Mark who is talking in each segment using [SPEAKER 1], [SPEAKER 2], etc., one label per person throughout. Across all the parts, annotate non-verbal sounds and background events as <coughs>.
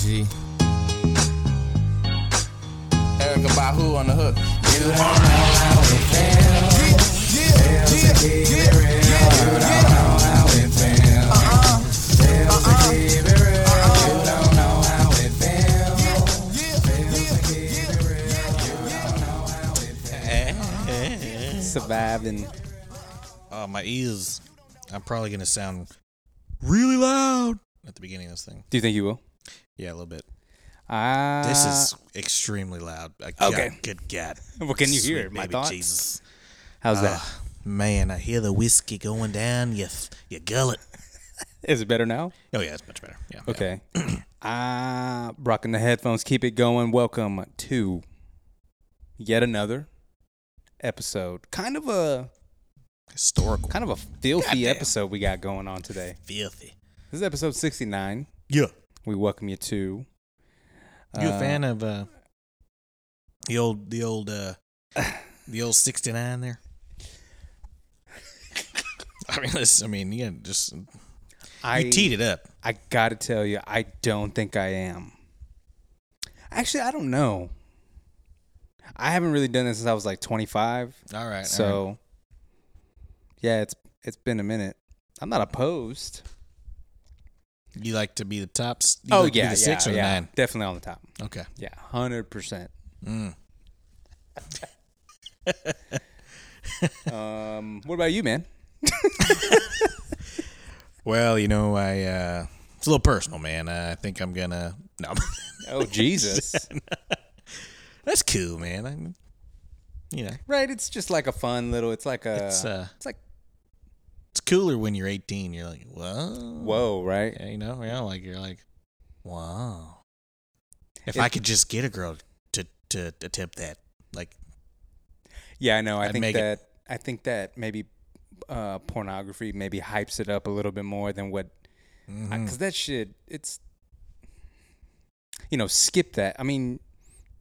[SPEAKER 1] Easy.
[SPEAKER 2] Erica Bahu on the hook.
[SPEAKER 3] Surviving.
[SPEAKER 4] Uh, my ears. I'm probably gonna sound really loud at the beginning of this thing.
[SPEAKER 3] Do you think you will?
[SPEAKER 4] Yeah, a little bit.
[SPEAKER 3] Uh,
[SPEAKER 4] This is extremely loud. I, God,
[SPEAKER 3] okay.
[SPEAKER 4] Good <laughs> God.
[SPEAKER 3] What can you
[SPEAKER 4] Sweet
[SPEAKER 3] hear? My
[SPEAKER 4] baby
[SPEAKER 3] thoughts.
[SPEAKER 4] Jesus.
[SPEAKER 3] How's that?
[SPEAKER 4] Ah, man, I hear the whiskey going down your your gullet.
[SPEAKER 3] Is it better now?
[SPEAKER 4] Oh yeah, it's much better. Yeah. yeah. <clears throat>
[SPEAKER 3] Okay. Ah, rocking the headphones. Keep it going. Welcome to yet another episode. Kind of a
[SPEAKER 4] Historical.
[SPEAKER 3] kind of a filthy
[SPEAKER 4] Goddamn.
[SPEAKER 3] episode we got going on today.
[SPEAKER 4] Filthy.
[SPEAKER 3] This is episode sixty nine.
[SPEAKER 4] Yeah.
[SPEAKER 3] We welcome you to.
[SPEAKER 4] You a
[SPEAKER 3] uh,
[SPEAKER 4] fan of uh, the old the old <laughs> uh, the old sixty nine there? <laughs> I mean, this, I mean, yeah, just you
[SPEAKER 3] I
[SPEAKER 4] teed it up.
[SPEAKER 3] I gotta tell you, I don't think I am. Actually, I don't know. I haven't really done this since I was like 25.
[SPEAKER 4] All right.
[SPEAKER 3] so, yeah, it's it's been a minute. I'm not opposed.
[SPEAKER 4] you like to be the top? s-
[SPEAKER 3] Oh,
[SPEAKER 4] You like to be the six or the nine?
[SPEAKER 3] definitely on the top.
[SPEAKER 4] Okay.
[SPEAKER 3] Yeah, hundred percent.
[SPEAKER 4] Mm.
[SPEAKER 3] <laughs> um, what about you, man?
[SPEAKER 4] Well, you know, I uh, it's a little personal, man. Uh, I think I'm <laughs> gonna no.
[SPEAKER 3] Oh
[SPEAKER 4] <laughs>
[SPEAKER 3] Jesus!
[SPEAKER 4] That's cool, man. I, you know,
[SPEAKER 3] right, it's just like a fun little. It's like a.
[SPEAKER 4] It's,
[SPEAKER 3] It's,
[SPEAKER 4] uh,
[SPEAKER 3] like
[SPEAKER 4] it's cooler when you're 18. You're like, whoa,
[SPEAKER 3] whoa, right?
[SPEAKER 4] Yeah, you know, yeah, like you're like, wow. If I could just get a girl to to attempt that, like,
[SPEAKER 3] Yeah, I know. I
[SPEAKER 4] I'd
[SPEAKER 3] think
[SPEAKER 4] make it.
[SPEAKER 3] that I think that maybe uh, pornography maybe hypes it up a little bit more than what
[SPEAKER 4] Mm-hmm.
[SPEAKER 3] because that shit it's you know skip that. I mean,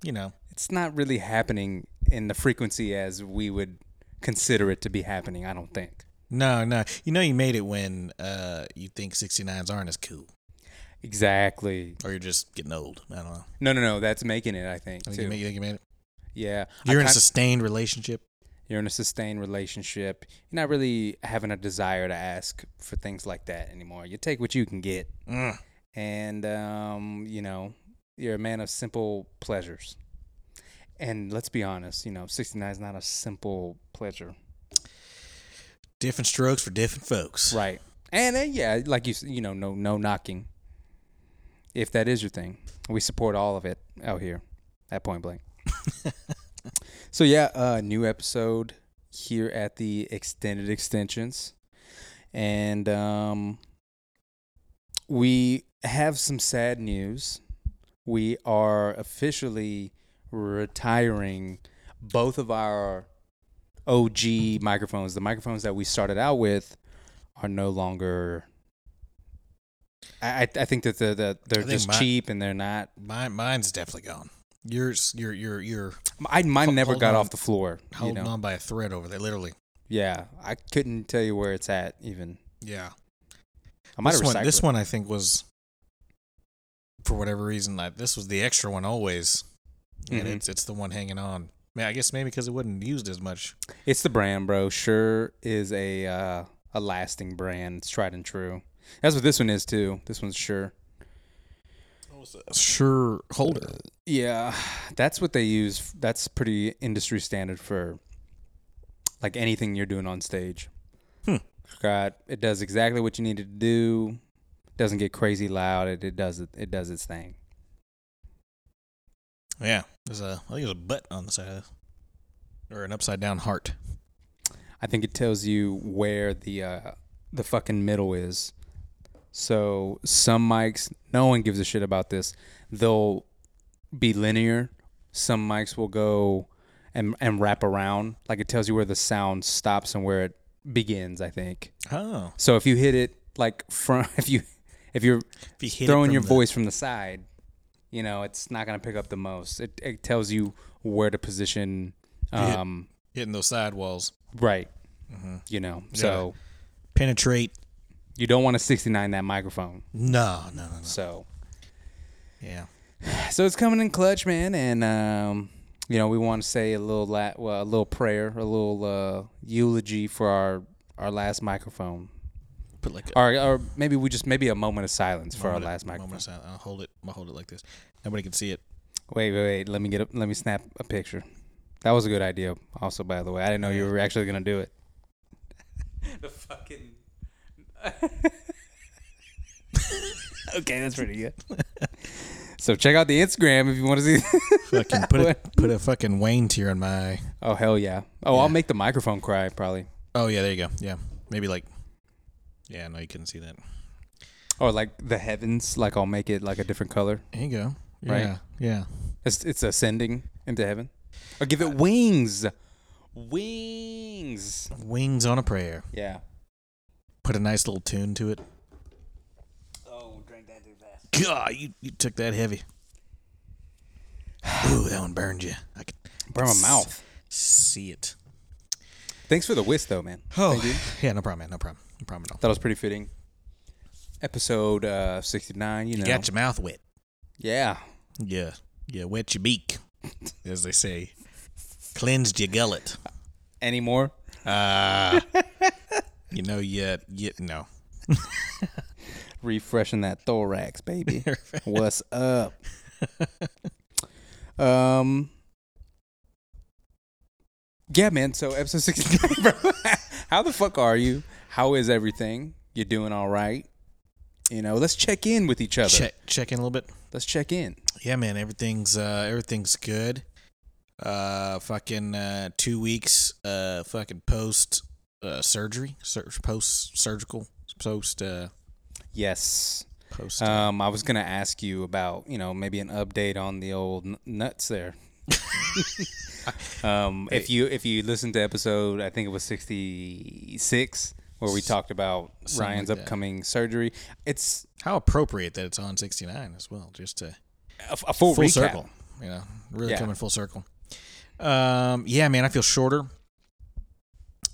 [SPEAKER 4] you know,
[SPEAKER 3] it's not really happening in the frequency as we would consider it to be happening. I don't think
[SPEAKER 4] no, no, you know, you made it when uh you think 69s aren't as cool,
[SPEAKER 3] exactly.
[SPEAKER 4] or you're just getting old. I don't know.
[SPEAKER 3] No, no, no. That's making it. I think
[SPEAKER 4] I think
[SPEAKER 3] too.
[SPEAKER 4] you, made, you think you made it?
[SPEAKER 3] yeah, I
[SPEAKER 4] You're in a
[SPEAKER 3] kin-
[SPEAKER 4] sustained relationship.
[SPEAKER 3] you're in a sustained relationship. You're not really having a desire to ask for things like that anymore. You take what you can get.
[SPEAKER 4] Mm.
[SPEAKER 3] and um, you know you're a man of simple pleasures. And let's be honest, you know, 69 is not a simple pleasure,
[SPEAKER 4] Different strokes for different folks.
[SPEAKER 3] right? And uh, yeah, like you, s- you know, no, no knocking. If that is your thing, we support all of it out here at Point Blank. <laughs> so yeah, uh, new episode here at the extended extensions, and um, we have some sad news. We are officially retiring both of our OG microphones. The microphones that we started out with are no longer. I I I think that the, the they're
[SPEAKER 4] think
[SPEAKER 3] just
[SPEAKER 4] my-
[SPEAKER 3] cheap and they're not.
[SPEAKER 4] Mine, mine's definitely gone. Yours, your, your, your
[SPEAKER 3] I mine
[SPEAKER 4] Ho-
[SPEAKER 3] never
[SPEAKER 4] hold
[SPEAKER 3] got
[SPEAKER 4] on.
[SPEAKER 3] off the floor. You
[SPEAKER 4] holding
[SPEAKER 3] know?
[SPEAKER 4] on by a thread over there, literally.
[SPEAKER 3] Yeah, I couldn't tell you where it's at. Even
[SPEAKER 4] Yeah.
[SPEAKER 3] I might
[SPEAKER 4] this
[SPEAKER 3] have
[SPEAKER 4] one,
[SPEAKER 3] recycled.
[SPEAKER 4] this
[SPEAKER 3] it.
[SPEAKER 4] one, I think was for whatever reason. Like, this was the extra one always,
[SPEAKER 3] Mhm.
[SPEAKER 4] and it's it's the one hanging on. Man, I guess maybe because it wasn't used as much.
[SPEAKER 3] It's the brand, bro. Sure is a uh, a lasting brand. It's tried and true. That's what this one is too. This one's sure.
[SPEAKER 4] Sure, holder.
[SPEAKER 3] Yeah, that's what they use. That's pretty industry standard for like anything you're doing on stage. Hmm. God, it does exactly what you need it to do. Doesn't get crazy loud. It, it does it. It does its thing.
[SPEAKER 4] Yeah, there's a I think there's a butt on the side of this, or an upside down heart.
[SPEAKER 3] I think it tells you where the uh, the fucking middle is. So some mics, no one gives a shit about this. They'll be linear. Some mics will go and and wrap around. Like it tells you where the sound stops and where it begins. I think.
[SPEAKER 4] Oh,
[SPEAKER 3] So if you hit it like from <laughs> if you if you're
[SPEAKER 4] if you hit it
[SPEAKER 3] throwing
[SPEAKER 4] from
[SPEAKER 3] your
[SPEAKER 4] the-
[SPEAKER 3] voice from the side, you know it's not gonna pick up the most. It it tells you where to position.
[SPEAKER 4] hit-
[SPEAKER 3] Um,
[SPEAKER 4] hitting those sidewalls,
[SPEAKER 3] right.
[SPEAKER 4] Mm-hmm.
[SPEAKER 3] You know, so
[SPEAKER 4] penetrate.
[SPEAKER 3] you don't want to 69 that microphone.
[SPEAKER 4] No, no, no, no.
[SPEAKER 3] So
[SPEAKER 4] Yeah.
[SPEAKER 3] So it's coming in clutch, man, and um, you know we want to say a little la- well, a little prayer, a little uh, eulogy for our our last microphone,
[SPEAKER 4] Put like a
[SPEAKER 3] or or maybe we just maybe a moment of silence for our
[SPEAKER 4] moment of-
[SPEAKER 3] last microphone.
[SPEAKER 4] moment of silence. I'll hold it. I'll hold it like this. Nobody can see it.
[SPEAKER 3] Wait, wait, wait. Let me get a, let me snap a picture. That was a good idea. Also, by the way, I didn't know you were actually gonna do it. <laughs> the fucking. <laughs> okay, that's pretty good. <laughs> so check out the Instagram if you want to see. <laughs>
[SPEAKER 4] Fucking put a, put a fucking Wayne tear on my eye.
[SPEAKER 3] oh hell yeah! Oh, I'll make the microphone cry probably,
[SPEAKER 4] Oh yeah, there you go. Yeah, maybe like. Yeah, no, you couldn't see that.
[SPEAKER 3] or like the heavens. Like I'll make it like a different color.
[SPEAKER 4] There you go. Yeah,
[SPEAKER 3] Right.
[SPEAKER 4] yeah.
[SPEAKER 3] It's it's ascending into heaven. Or give it wings, wings.
[SPEAKER 4] Wings on a prayer.
[SPEAKER 3] Yeah.
[SPEAKER 4] Put a nice little tune to it.
[SPEAKER 3] Oh, drank that too fast.
[SPEAKER 4] God, you, you took that
[SPEAKER 3] <sighs>
[SPEAKER 4] heavy. Ooh, that one burned you. I could
[SPEAKER 3] Burn my
[SPEAKER 4] It's-
[SPEAKER 3] mouth.
[SPEAKER 4] see it.
[SPEAKER 3] Thanks for the whist, though, man.
[SPEAKER 4] Oh, yeah, no problem, man. No problem. No problem at all.
[SPEAKER 3] That was pretty fitting. Episode uh, 69, you know.
[SPEAKER 4] Got your mouth wet.
[SPEAKER 3] Yeah.
[SPEAKER 4] Yeah, yeah. Wet your beak, as they say. Cleansed your gullet.
[SPEAKER 3] Any more?
[SPEAKER 4] Uh, you know, yeah, yeah, no.
[SPEAKER 3] Refreshing that
[SPEAKER 4] <laughs>
[SPEAKER 3] thorax, baby. What's up? um. Yeah, man. So episode 69, bro. <laughs> How the fuck are you? How is everything? You doing all right? You know, let's check in with each other.
[SPEAKER 4] Check, check in a little bit.
[SPEAKER 3] Let's check in.
[SPEAKER 4] Yeah, man, everything's uh everything's good. Uh fucking uh 2 weeks uh fucking post uh surgery, sur- post surgical, post uh
[SPEAKER 3] Yes.
[SPEAKER 4] post
[SPEAKER 3] Um, I was gonna ask you about you know maybe an update on the old n-
[SPEAKER 4] <laughs>
[SPEAKER 3] nuts there. um, if you if you listen to episode, I think it was sixty six where we talked about Ryan's
[SPEAKER 4] like that.
[SPEAKER 3] upcoming surgery. It's
[SPEAKER 4] How appropriate that it's on 69 as well, just to
[SPEAKER 3] a, a full,
[SPEAKER 4] full
[SPEAKER 3] recap.
[SPEAKER 4] circle, you know. Really
[SPEAKER 3] Yeah.
[SPEAKER 4] coming full circle. Um yeah, man, I feel shorter.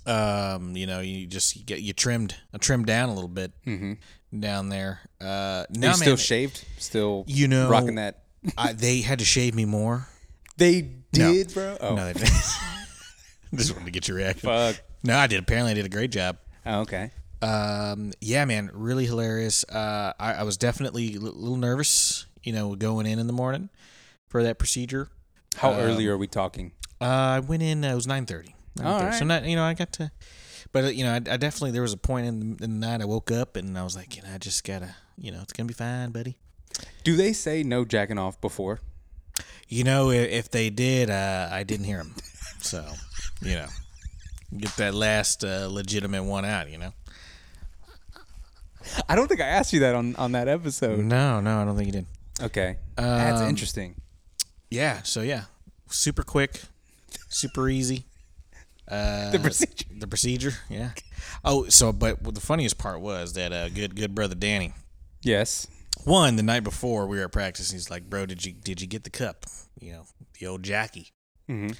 [SPEAKER 4] Um, you know, you just you get you trimmed, I trimmed down a little bit down there. Uh,
[SPEAKER 3] Are
[SPEAKER 4] now,
[SPEAKER 3] you
[SPEAKER 4] man,
[SPEAKER 3] still shaved? Still
[SPEAKER 4] you know, <laughs>
[SPEAKER 3] rocking that?
[SPEAKER 4] I, they had to shave me more.
[SPEAKER 3] They
[SPEAKER 4] No.
[SPEAKER 3] did, bro. Oh
[SPEAKER 4] No, they didn't. <laughs> Just wanted to get your reaction.
[SPEAKER 3] fuck.
[SPEAKER 4] No, I did. Apparently, I did a great job.
[SPEAKER 3] Oh, okay.
[SPEAKER 4] Um, yeah, man, really hilarious. Uh, I, I was definitely a li- little nervous, you know, going in in the morning for that procedure.
[SPEAKER 3] How
[SPEAKER 4] Um,
[SPEAKER 3] early are we talking?
[SPEAKER 4] Uh, I went in. Uh, it was nine thirty.
[SPEAKER 3] All
[SPEAKER 4] So
[SPEAKER 3] right.
[SPEAKER 4] not, you know, I got to, but uh, you know, I, I definitely there was a point in the, in the night I woke up and I was like, you know, I just gotta, you know, it's gonna be fine, buddy.
[SPEAKER 3] Do they say no jacking off before?
[SPEAKER 4] You know, i- if they did, uh, I didn't hear them. So, you know, get that last uh, legitimate one out. You know.
[SPEAKER 3] I don't think I asked you that on on that episode.
[SPEAKER 4] No, no, I don't think you did.
[SPEAKER 3] Okay, that's
[SPEAKER 4] Mm. Um,
[SPEAKER 3] interesting.
[SPEAKER 4] Yeah. So yeah, super quick, super easy. Uh,
[SPEAKER 3] The procedure.
[SPEAKER 4] The procedure. Yeah. Oh, so but the funniest part was that uh, good good brother Danny.
[SPEAKER 3] Yes.
[SPEAKER 4] One the night before we were at practice, he's like, "Bro, did you did you get the cup? You know, the old jockey."
[SPEAKER 3] Mm-hmm.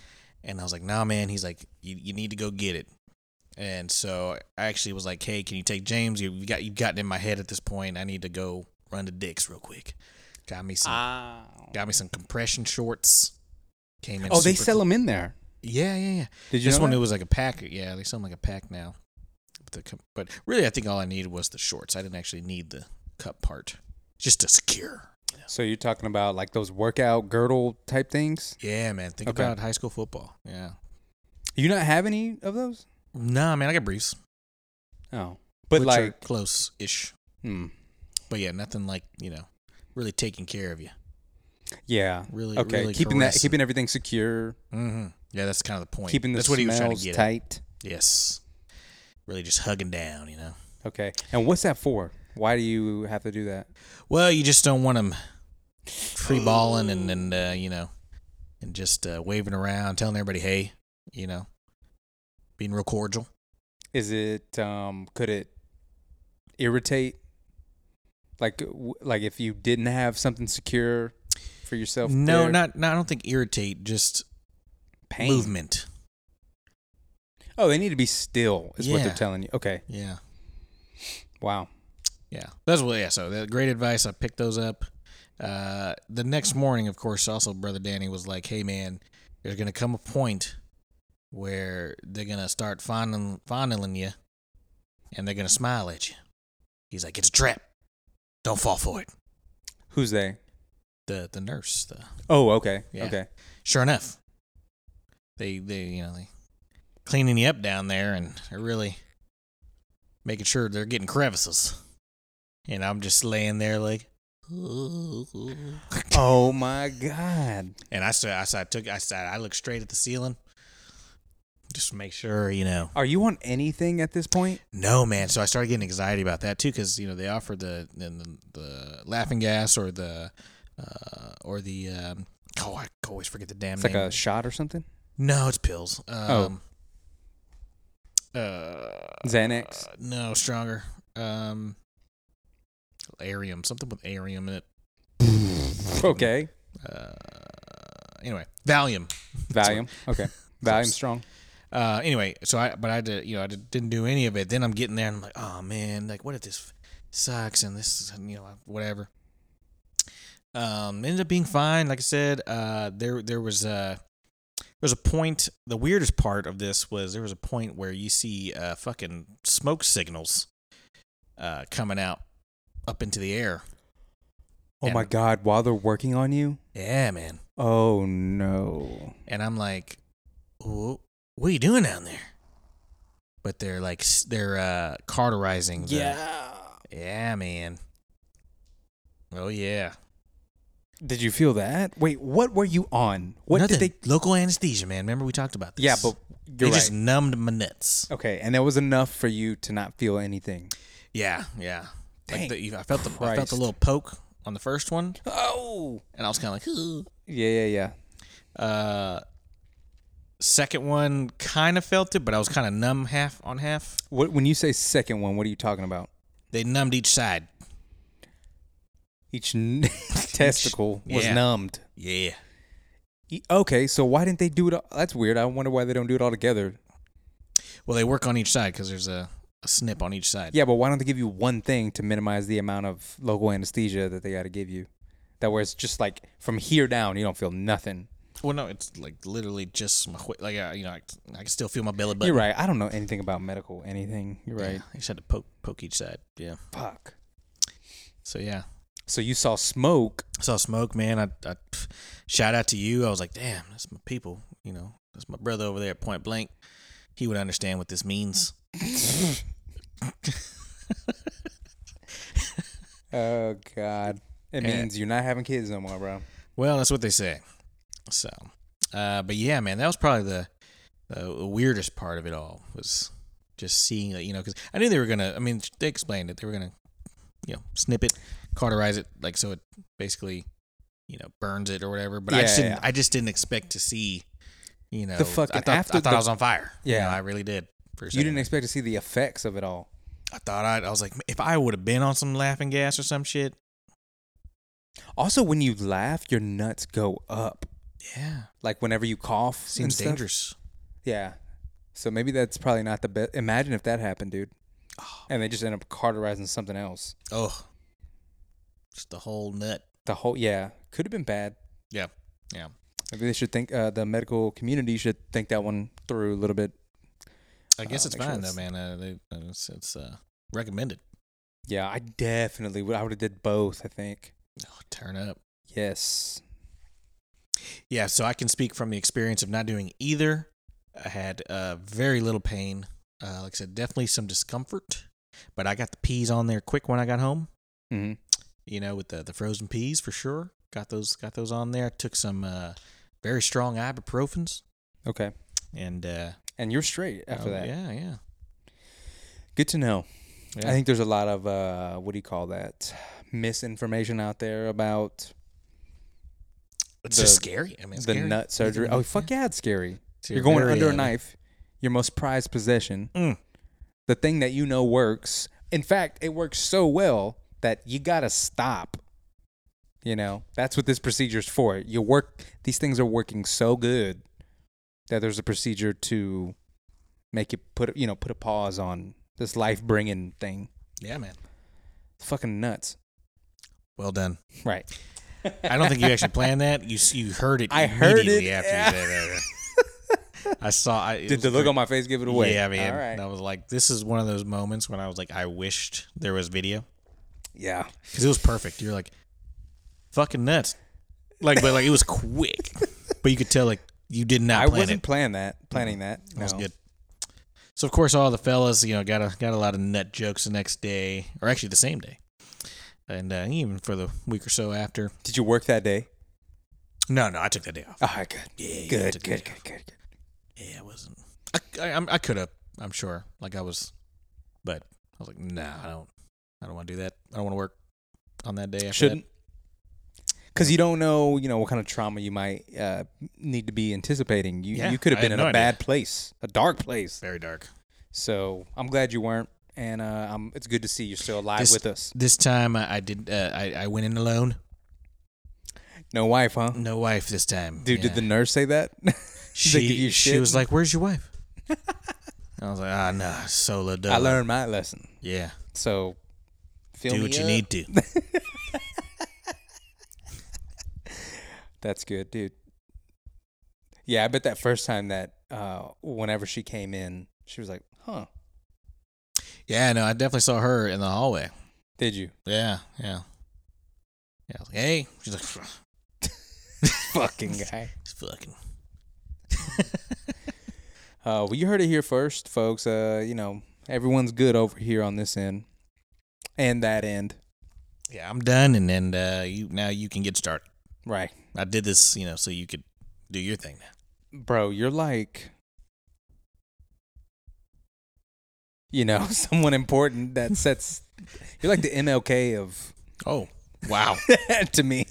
[SPEAKER 4] And I was like, "Nah, man." He's like, "You you need to go get it." And so I actually was like, "Hey, can you take James? You you got you've gotten in my head at this point. I need to go run to Dick's real quick." Got me
[SPEAKER 3] Ah.
[SPEAKER 4] some got me some compression shorts. Came in.
[SPEAKER 3] Oh, they
[SPEAKER 4] super
[SPEAKER 3] sell them in there.
[SPEAKER 4] Yeah, yeah, yeah.
[SPEAKER 3] Did you
[SPEAKER 4] this
[SPEAKER 3] know
[SPEAKER 4] one
[SPEAKER 3] that?
[SPEAKER 4] it was like a pack. Yeah, they sound like a pack now. But, the, com- but really, I think all I needed was the shorts. I didn't actually need the cup part, just to secure.
[SPEAKER 3] So you're talking about like those workout girdle type things?
[SPEAKER 4] Yeah, man. Think
[SPEAKER 3] Okay.
[SPEAKER 4] about high school football. Yeah.
[SPEAKER 3] You not have any of those?
[SPEAKER 4] Nah, man. I got briefs,
[SPEAKER 3] Oh, but
[SPEAKER 4] which are
[SPEAKER 3] like,
[SPEAKER 4] close-ish.
[SPEAKER 3] hmm.
[SPEAKER 4] But yeah, nothing like you know, really taking care of you.
[SPEAKER 3] yeah,
[SPEAKER 4] Really-
[SPEAKER 3] okay.
[SPEAKER 4] really
[SPEAKER 3] keeping that,
[SPEAKER 4] caressing.
[SPEAKER 3] keeping everything secure,
[SPEAKER 4] Mm-hmm. Yeah, that's kind of the point.
[SPEAKER 3] keeping the
[SPEAKER 4] that's
[SPEAKER 3] smells
[SPEAKER 4] what he was trying to get. at.
[SPEAKER 3] tight.
[SPEAKER 4] Yes. Really, just hugging down. You know.
[SPEAKER 3] Okay, and what's that for? Why do you have to do that?
[SPEAKER 4] Well, you just don't want him free balling and and uh, you know, and just uh, waving around, telling everybody, "Hey," you know, being real cordial.
[SPEAKER 3] Is it um could it irritate? Like w- like if you didn't have something secure for yourself?
[SPEAKER 4] No,
[SPEAKER 3] there?
[SPEAKER 4] not, not. I don't think irritate. Just
[SPEAKER 3] pain.
[SPEAKER 4] movement.
[SPEAKER 3] Oh, they need to be still. Is what they're
[SPEAKER 4] Yeah.
[SPEAKER 3] telling you. Okay,
[SPEAKER 4] Yeah,
[SPEAKER 3] wow.
[SPEAKER 4] yeah. That's what. Yeah. So that great advice. I picked those up, Uh, the next morning, of course, also brother Danny was like, "Hey man, there's gonna come a point where they're gonna start fondling, fondling you, and they're gonna smile at you." He's like, "It's a trap. Don't fall for it."
[SPEAKER 3] Who's they?
[SPEAKER 4] The the nurse, the
[SPEAKER 3] Oh, okay.
[SPEAKER 4] Yeah.
[SPEAKER 3] Okay.
[SPEAKER 4] sure enough, they they you know they cleaning you up down there and are really making sure they're getting crevices. And I'm just laying there
[SPEAKER 3] <laughs>
[SPEAKER 4] like,
[SPEAKER 3] Oh my god.
[SPEAKER 4] and I said I said I took I said I looked straight at the ceiling, just to make sure you know.
[SPEAKER 3] Are you on anything at this point?
[SPEAKER 4] No man, so I started getting anxiety about that too because you know they offered the the, the laughing gas or the uh, or the um, oh I always forget the damn
[SPEAKER 3] It's
[SPEAKER 4] name.
[SPEAKER 3] like a shot or something?
[SPEAKER 4] No, it's pills. Um, Uh,
[SPEAKER 3] Xanax.
[SPEAKER 4] no, stronger. Um, Arium, something with Arium in it. Uh,
[SPEAKER 3] Okay.
[SPEAKER 4] Anyway, Valium.
[SPEAKER 3] Valium.
[SPEAKER 4] <laughs>
[SPEAKER 3] Okay. Valium strong.
[SPEAKER 4] Uh, anyway, so I, but I did, you know, I did- didn't do any of it. Then I'm getting there and I'm like, oh man, like what if this sucks and this, is, you know, whatever. Um, ended up being fine. Like I said, uh, there, there was a, there was a point. The weirdest part of this was there was a point where you see uh, fucking smoke signals, uh, coming out up into the air.
[SPEAKER 3] Oh my god, while they're working on you?
[SPEAKER 4] Yeah, man.
[SPEAKER 3] Oh no.
[SPEAKER 4] And I'm like, "Wha- what are you doing down there? But they're like, s- they're uh, carterizing. The, Yeah, man. Oh, yeah.
[SPEAKER 3] Did you feel that? Wait, what were you on? What
[SPEAKER 4] Nothing.
[SPEAKER 3] did they
[SPEAKER 4] Local anesthesia, man. Remember we talked about this?
[SPEAKER 3] Yeah, but
[SPEAKER 4] They
[SPEAKER 3] you're right.
[SPEAKER 4] just numbed my nuts.
[SPEAKER 3] Okay, and that was enough for you to not feel anything.
[SPEAKER 4] Yeah, yeah.
[SPEAKER 3] Dang
[SPEAKER 4] Like the, I felt the I felt
[SPEAKER 3] Christ.
[SPEAKER 4] the little poke on the first one,
[SPEAKER 3] Oh.
[SPEAKER 4] and I was kind of like, "Ooh."
[SPEAKER 3] Yeah, yeah, yeah.
[SPEAKER 4] uh, second one kind of felt it, but I was kind of numb half on half.
[SPEAKER 3] What when you say second one, what are you talking about?
[SPEAKER 4] They numbed each side.
[SPEAKER 3] Each n- <laughs> testicle was
[SPEAKER 4] yeah.
[SPEAKER 3] numbed.
[SPEAKER 4] Yeah.
[SPEAKER 3] E- Okay, so why didn't they do it? All- That's weird. I wonder why they don't do it all together.
[SPEAKER 4] Well, they work on each side because there's a, a snip on each side.
[SPEAKER 3] Yeah, but why don't they give you one thing to minimize the amount of local anesthesia that they got to give you? That where it's just like from here down, you don't feel nothing.
[SPEAKER 4] Well, no, it's like literally just my, whi- like uh, you know I, I can still feel my belly button.
[SPEAKER 3] You're right. I don't know anything about medical anything. You're right.
[SPEAKER 4] Yeah, I just had to poke poke each side. Yeah.
[SPEAKER 3] Fuck.
[SPEAKER 4] So yeah,
[SPEAKER 3] So you saw smoke.
[SPEAKER 4] saw smoke, man. I, I pff, shout out to you. I was like, damn, that's my people. You know, that's my brother over there at Point Blank. He would understand what this means.
[SPEAKER 3] Oh God. It
[SPEAKER 4] Yeah.
[SPEAKER 3] means you're not having kids no more, bro.
[SPEAKER 4] Well, that's what they say. So, uh, but yeah, man, that was probably the, the weirdest part of it all was just seeing that you know because I knew they were gonna. I mean, they explained it. They were gonna, you know, snip it, cauterize it, like so it basically, you know, burns it or whatever. But I just
[SPEAKER 3] Yeah,
[SPEAKER 4] didn't.
[SPEAKER 3] yeah.
[SPEAKER 4] I just didn't expect to see, you know,
[SPEAKER 3] fucking-
[SPEAKER 4] I thought,
[SPEAKER 3] after
[SPEAKER 4] I, thought
[SPEAKER 3] the-
[SPEAKER 4] I was on fire. You
[SPEAKER 3] Yeah.
[SPEAKER 4] know, I really did. For a
[SPEAKER 3] You didn't
[SPEAKER 4] second.
[SPEAKER 3] expect to see the effects of it all.
[SPEAKER 4] I thought I'd, I was like, if I would have been on some laughing gas or some shit.
[SPEAKER 3] Also, when you laugh, your nuts go up.
[SPEAKER 4] Yeah,
[SPEAKER 3] Like whenever you cough, and
[SPEAKER 4] seems
[SPEAKER 3] stuff.
[SPEAKER 4] dangerous.
[SPEAKER 3] Yeah. So maybe that's probably not the best. Imagine if that happened, dude. And they just end up carterizing something else.
[SPEAKER 4] Oh, just the whole nut.
[SPEAKER 3] The whole yeah could have been bad.
[SPEAKER 4] Yeah. Yeah.
[SPEAKER 3] Maybe they should think uh, the medical community should think that one through a little bit.
[SPEAKER 4] I guess
[SPEAKER 3] Uh,
[SPEAKER 4] it's
[SPEAKER 3] make sure
[SPEAKER 4] fine though,
[SPEAKER 3] it's-
[SPEAKER 4] man. Uh, they, uh, it's it's uh, recommended.
[SPEAKER 3] Yeah, I definitely would. I would have did both. I think.
[SPEAKER 4] Oh, turn up.
[SPEAKER 3] Yes.
[SPEAKER 4] Yeah, so I can speak from the experience of not doing either. I had uh, very little pain. Uh, like I said, definitely some discomfort, but I got the peas on there quick when I got home.
[SPEAKER 3] hmm
[SPEAKER 4] You know, with the, the frozen peas for sure. Got those got those on there. Took some uh, very strong ibuprofens
[SPEAKER 3] Okay.
[SPEAKER 4] and uh,
[SPEAKER 3] And you're straight after
[SPEAKER 4] oh,
[SPEAKER 3] that.
[SPEAKER 4] Yeah, yeah.
[SPEAKER 3] Good to know.
[SPEAKER 4] Yeah.
[SPEAKER 3] I think there's a lot of uh, what do you call that misinformation out there about
[SPEAKER 4] It's
[SPEAKER 3] The-
[SPEAKER 4] just scary. I mean, it's
[SPEAKER 3] the
[SPEAKER 4] scary.
[SPEAKER 3] nut surgery. Oh fuck yeah, it's scary. You're going
[SPEAKER 4] very,
[SPEAKER 3] under
[SPEAKER 4] uh,
[SPEAKER 3] a knife, your most prized possession,
[SPEAKER 4] Mm.
[SPEAKER 3] the thing that you know works. In fact, it works so well that you gotta stop. You know, that's what this procedure's for. You work; these things are working so good that there's a procedure to make it put you know put a pause on this life bringing thing.
[SPEAKER 4] Yeah, man.
[SPEAKER 3] It's fucking nuts,
[SPEAKER 4] Well done.
[SPEAKER 3] right?
[SPEAKER 4] I don't think you actually planned that. You s- you heard it.
[SPEAKER 3] I heard
[SPEAKER 4] immediately
[SPEAKER 3] it.
[SPEAKER 4] after you said that. I saw. I, it
[SPEAKER 3] Did
[SPEAKER 4] was
[SPEAKER 3] the look
[SPEAKER 4] pretty-
[SPEAKER 3] on my face give it away?
[SPEAKER 4] Yeah, man.
[SPEAKER 3] All right.
[SPEAKER 4] And I was like, this is one of those moments when I was like, I wished there was video
[SPEAKER 3] Yeah.
[SPEAKER 4] because it was perfect. You're like, fucking nuts. Like, but like it was
[SPEAKER 3] <laughs>
[SPEAKER 4] quick, but you could tell like you did not.
[SPEAKER 3] I
[SPEAKER 4] plan
[SPEAKER 3] wasn't
[SPEAKER 4] it. Mm-hmm.
[SPEAKER 3] planning that. Planning that.
[SPEAKER 4] That was
[SPEAKER 3] no.
[SPEAKER 4] good. So of course, all the fellas, you know, got a got a lot of nut jokes the next day, or actually the same day, and uh, even for the week or so after.
[SPEAKER 3] Did you work that day?
[SPEAKER 4] No, no, I took that day off.
[SPEAKER 3] All right, good.
[SPEAKER 4] Oh, Yeah,
[SPEAKER 3] good,
[SPEAKER 4] yeah,
[SPEAKER 3] good, good, good, good.
[SPEAKER 4] Yeah, I wasn't. I I, I'm- I could have. I'm sure. Like I was, but I was like, nah, I don't. I don't want to do that. I don't want to work on that day. After
[SPEAKER 3] Shouldn't. Because you don't know, you know, what kind of trauma you might uh, need to be anticipating. You
[SPEAKER 4] Yeah,
[SPEAKER 3] you could
[SPEAKER 4] I
[SPEAKER 3] have been
[SPEAKER 4] had no
[SPEAKER 3] in a
[SPEAKER 4] idea.
[SPEAKER 3] bad place, a dark place.
[SPEAKER 4] that. Very dark.
[SPEAKER 3] So I'm glad you weren't, and uh, i it's good to see you're still alive
[SPEAKER 4] This-
[SPEAKER 3] with us.
[SPEAKER 4] This time I, I did. Uh, I I went in alone.
[SPEAKER 3] No wife, huh?
[SPEAKER 4] No wife this time.
[SPEAKER 3] Dude,
[SPEAKER 4] Yeah.
[SPEAKER 3] did the nurse say that?
[SPEAKER 4] she
[SPEAKER 3] give you
[SPEAKER 4] she
[SPEAKER 3] shit?
[SPEAKER 4] was like, "Where's your wife?" I was like, "Ah, nah, solo dolo."
[SPEAKER 3] <laughs> I learned my lesson.
[SPEAKER 4] Yeah,
[SPEAKER 3] So feel
[SPEAKER 4] do what you need to.
[SPEAKER 3] <laughs> That's good, dude. Yeah, I bet that first time that uh, whenever she came in, she was like, "Huh?
[SPEAKER 4] yeah, no, I definitely saw her in the hallway.
[SPEAKER 3] Did you?
[SPEAKER 4] Yeah, yeah, yeah. I was like, hey, she's like, "Pff,
[SPEAKER 3] Fucking guy."
[SPEAKER 4] it's fucking
[SPEAKER 3] Uh, well, you heard it here first, folks. Uh, you know, everyone's good over here on this end and that end.
[SPEAKER 4] yeah. I'm done, and then uh, you now you can get started.
[SPEAKER 3] Right.
[SPEAKER 4] I did this, you know, so you could do your thing now.
[SPEAKER 3] Bro, you're like, you know, <laughs> someone important that sets, you're like the MLK of, <laughs>
[SPEAKER 4] Oh, <laughs> wow.
[SPEAKER 3] to me.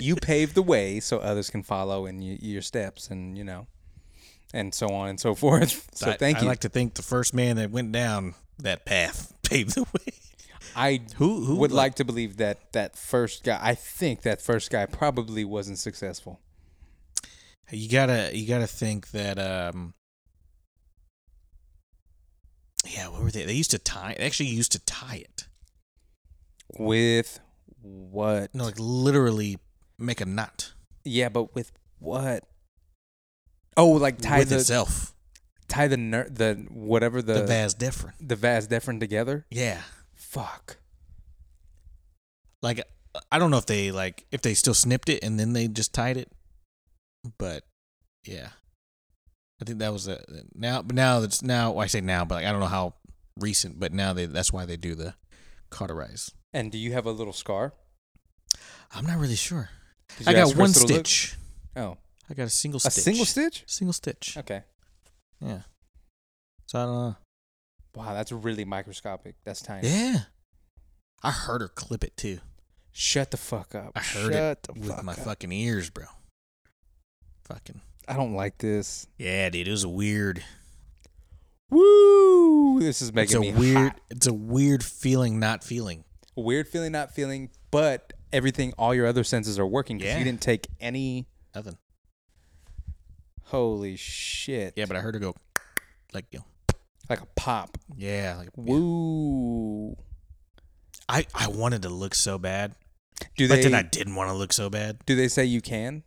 [SPEAKER 3] you pave the way so others can follow in y- your steps and, you know, and so on and so forth. So
[SPEAKER 4] I-
[SPEAKER 3] thank
[SPEAKER 4] I
[SPEAKER 3] you.
[SPEAKER 4] like to think the first man that went down that path <laughs> paved the way.
[SPEAKER 3] I
[SPEAKER 4] Who- who
[SPEAKER 3] would
[SPEAKER 4] like-
[SPEAKER 3] like, to believe that that first guy. I think that first guy probably wasn't successful.
[SPEAKER 4] You gotta you gotta think that um Yeah, what were they? They used to tie they actually used to tie it.
[SPEAKER 3] With what?
[SPEAKER 4] No, like literally make a knot
[SPEAKER 3] Yeah, but with what? Oh, like tie
[SPEAKER 4] with
[SPEAKER 3] the
[SPEAKER 4] itself.
[SPEAKER 3] tie the ner- the whatever the
[SPEAKER 4] The,
[SPEAKER 3] the,
[SPEAKER 4] vas deferens.
[SPEAKER 3] vas deferens together.
[SPEAKER 4] Yeah.
[SPEAKER 3] Fuck.
[SPEAKER 4] Like I don't know if they like if they still snipped it and then they just tied it. But yeah. I think that was a now but now that's now well, I say now, but like, I don't know how recent, but now they that's why they do the cauterize.
[SPEAKER 3] And do you have a little scar?
[SPEAKER 4] I'm not really sure.
[SPEAKER 3] 'Did
[SPEAKER 4] I
[SPEAKER 3] you ask
[SPEAKER 4] got
[SPEAKER 3] for
[SPEAKER 4] one
[SPEAKER 3] us to look?
[SPEAKER 4] stitch.
[SPEAKER 3] Oh,
[SPEAKER 4] I got a single
[SPEAKER 3] a
[SPEAKER 4] stitch.
[SPEAKER 3] single stitch.
[SPEAKER 4] Single stitch.
[SPEAKER 3] Okay.
[SPEAKER 4] Yeah. So I don't know.
[SPEAKER 3] Wow, that's really microscopic. That's tiny.
[SPEAKER 4] Yeah. I heard her clip it too.
[SPEAKER 3] Shut the fuck up.
[SPEAKER 4] I heard
[SPEAKER 3] Shut
[SPEAKER 4] it
[SPEAKER 3] the
[SPEAKER 4] with
[SPEAKER 3] fuck
[SPEAKER 4] my
[SPEAKER 3] up.
[SPEAKER 4] fucking ears, bro. Fucking.
[SPEAKER 3] I don't like this.
[SPEAKER 4] Yeah, dude. It was weird.
[SPEAKER 3] Woo! This is
[SPEAKER 4] It's
[SPEAKER 3] making
[SPEAKER 4] a
[SPEAKER 3] me
[SPEAKER 4] weird.
[SPEAKER 3] hot.
[SPEAKER 4] It's a weird feeling, not feeling.
[SPEAKER 3] weird feeling, not feeling, but everything, all your other senses are working because
[SPEAKER 4] Yeah.
[SPEAKER 3] you didn't take any.
[SPEAKER 4] Nothing.
[SPEAKER 3] Holy shit!
[SPEAKER 4] Yeah, but I heard her go, like, you know,
[SPEAKER 3] like a pop.
[SPEAKER 4] yeah, like, yeah.
[SPEAKER 3] Woo!
[SPEAKER 4] I I wanted to look so bad,
[SPEAKER 3] Do
[SPEAKER 4] but
[SPEAKER 3] they?
[SPEAKER 4] then I didn't want to look so bad.
[SPEAKER 3] Do they say you can?